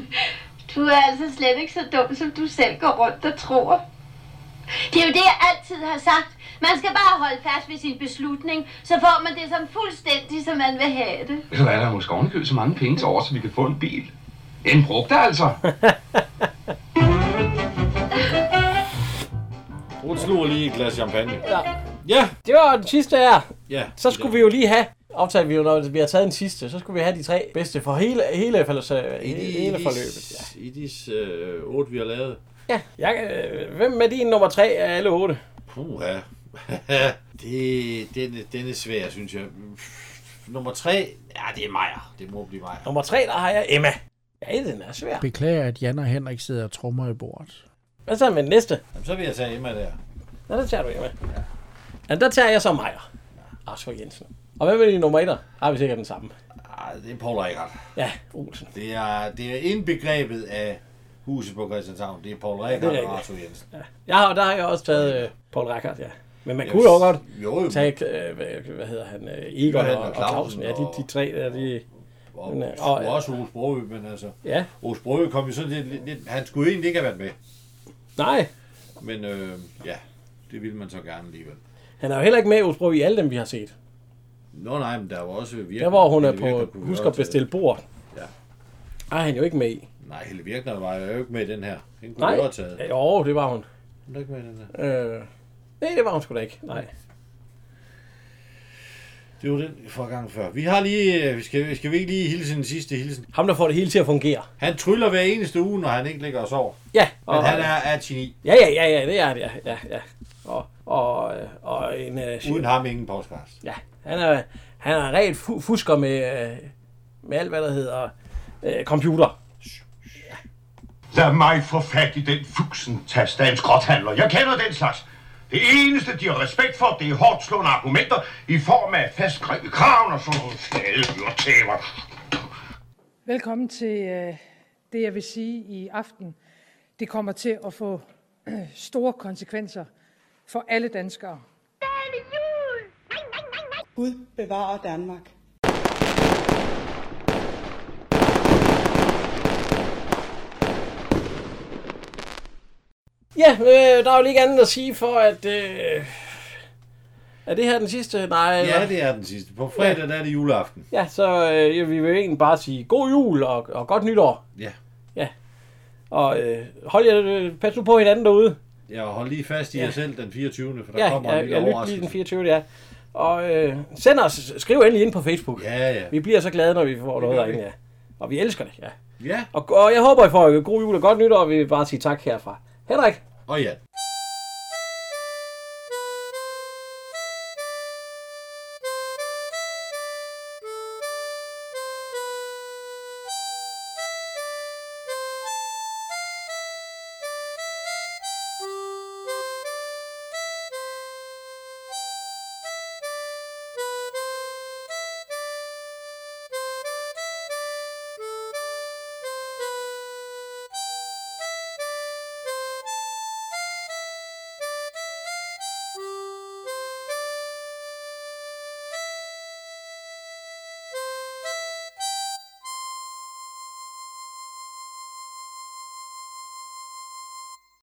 Speaker 8: Du er altså slet ikke så dum, som du selv går rundt og tror. Det er jo det, jeg altid har sagt. Man skal bare holde fast ved sin beslutning, så får man det som fuldstændig, som man vil have det.
Speaker 18: Ved du hvad, der er måske ovenikøbet så mange penge til over, så vi kan få en bil. En brugt altså.
Speaker 3: Hun slog lige et glas champagne.
Speaker 2: Ja.
Speaker 3: ja.
Speaker 2: Det var den sidste her.
Speaker 3: Ja.
Speaker 2: Så skulle vi jo lige have, aftalte vi jo, når vi har taget den sidste, så skulle vi have de tre bedste for hele, hele, hele,
Speaker 3: I de,
Speaker 2: hele
Speaker 3: i
Speaker 2: forløbet.
Speaker 3: de, I de øh, otte, vi har lavet.
Speaker 2: Ja, jeg, øh, hvem er din nummer tre af alle otte?
Speaker 3: Puha. det, den, er- den er svær, synes jeg. Nummer tre, ja, det er Meyer. Det må blive Meyer.
Speaker 2: Nummer tre, der har jeg Emma. Ja, den er svær.
Speaker 1: Beklager, at Jan og Henrik sidder og trommer i bordet.
Speaker 2: Hvad så med den næste?
Speaker 3: Jamen, så vil jeg tage Emma der.
Speaker 2: Nå, der tager du Emma. Ja, der tager jeg så Meier. Oscar Jensen. Og hvem er din nummer etter? Har vi sikkert den samme.
Speaker 3: Ej, det er Paul Rikard.
Speaker 2: Ja, Olsen.
Speaker 3: Det er, det er indbegrebet af huset på Christianshavn. Det er Paul
Speaker 2: Det er
Speaker 3: Rikard
Speaker 2: rigtigt.
Speaker 3: og Arthur Jensen.
Speaker 2: Jeg har, der har jeg også taget øh, Paul Rackard, ja. Men man
Speaker 3: Jeg
Speaker 2: kunne jo
Speaker 3: s-
Speaker 2: godt
Speaker 3: jo, jo.
Speaker 2: tage, øh, hvad, hvad hedder han, øh, Egon
Speaker 3: Johan
Speaker 2: og, og Clausen. Ja, de, de tre der, de...
Speaker 3: Og,
Speaker 2: Men, øh,
Speaker 3: og,
Speaker 2: og-
Speaker 3: også Ove Sprogø, men altså...
Speaker 2: Ja.
Speaker 3: Ove Sprogø kom jo sådan lidt, lidt, lidt... Han skulle egentlig ikke have været med.
Speaker 2: Nej.
Speaker 3: Men øh, ja, det ville man så gerne alligevel.
Speaker 2: Han er jo heller ikke med i Osbro i alle dem, vi har set.
Speaker 3: Nå nej, men der var også virkelig...
Speaker 2: Der hvor hun er
Speaker 3: Helle Virkner
Speaker 2: på,
Speaker 3: kunne vi
Speaker 2: husk
Speaker 3: også
Speaker 2: at
Speaker 3: tage.
Speaker 2: bestille bord.
Speaker 3: Ja.
Speaker 2: Ej, han er jo ikke med i.
Speaker 3: Nej, Helle Virkner var jo ikke med i den her. Hende kunne
Speaker 2: Nej.
Speaker 3: vi også have taget.
Speaker 2: Jo, det var hun.
Speaker 3: Hun er ikke med i den her.
Speaker 2: Øh, nej, det var hun sgu da ikke. Nej.
Speaker 3: Det var den fra gangen før. Vi har lige, øh, vi skal, skal vi ikke lige hilse den sidste hilsen?
Speaker 2: Ham, der får det hele til at fungere.
Speaker 3: Han tryller hver eneste uge, når han ikke ligger og sover.
Speaker 2: Ja,
Speaker 3: Men
Speaker 2: og-
Speaker 3: han er, er et geni.
Speaker 2: Ja, ja, ja, ja, det er det, ja, ja, ja. Og, og, øh, og en... Øh,
Speaker 3: Uden ham ingen podcast.
Speaker 2: Ja, han er, han er rent fu- fusker med, øh, med alt, hvad der hedder øh, computer.
Speaker 6: Lad mig få fat i den fuksentast af en skrothandler. Jeg kender den slags. Det eneste, de har respekt for, det er hårdt slående argumenter i form af fastgrebet kraven og sådan nogle fladebyrtæver.
Speaker 25: Velkommen til øh, det, jeg vil sige i aften. Det kommer til at få øh, store konsekvenser for alle danskere.
Speaker 26: Gud bevarer Danmark.
Speaker 2: Ja, øh, der er jo ikke andet at sige for, at... Øh, er det her den sidste? Nej.
Speaker 3: Ja, det er den sidste. På fredag, der er det juleaften.
Speaker 2: Ja, så øh, ja, vi vil egentlig bare sige god jul og, og godt nytår.
Speaker 3: Ja.
Speaker 2: Ja. Og øh, hold jer, øh, pas nu på hinanden derude.
Speaker 3: Ja, og hold lige fast i jer
Speaker 2: Ja.
Speaker 3: selv den 24. for der
Speaker 2: ja,
Speaker 3: kommer
Speaker 2: ja,
Speaker 3: en
Speaker 2: ja,
Speaker 3: lille
Speaker 2: lyt lige den
Speaker 3: overraskelse.
Speaker 2: 24. Ja. Og øh, send os, skriv endelig ind på Facebook.
Speaker 3: Ja, ja.
Speaker 2: Vi bliver så glade, når vi får
Speaker 3: Det
Speaker 2: noget
Speaker 3: gør
Speaker 2: derinde,
Speaker 3: vi.
Speaker 2: ja. Og vi elsker det, ja.
Speaker 3: Ja.
Speaker 2: Og, og jeg håber, I får øh, god jul og godt nytår, og vi vil bare sige tak herfra. Henrik?
Speaker 3: Og ja.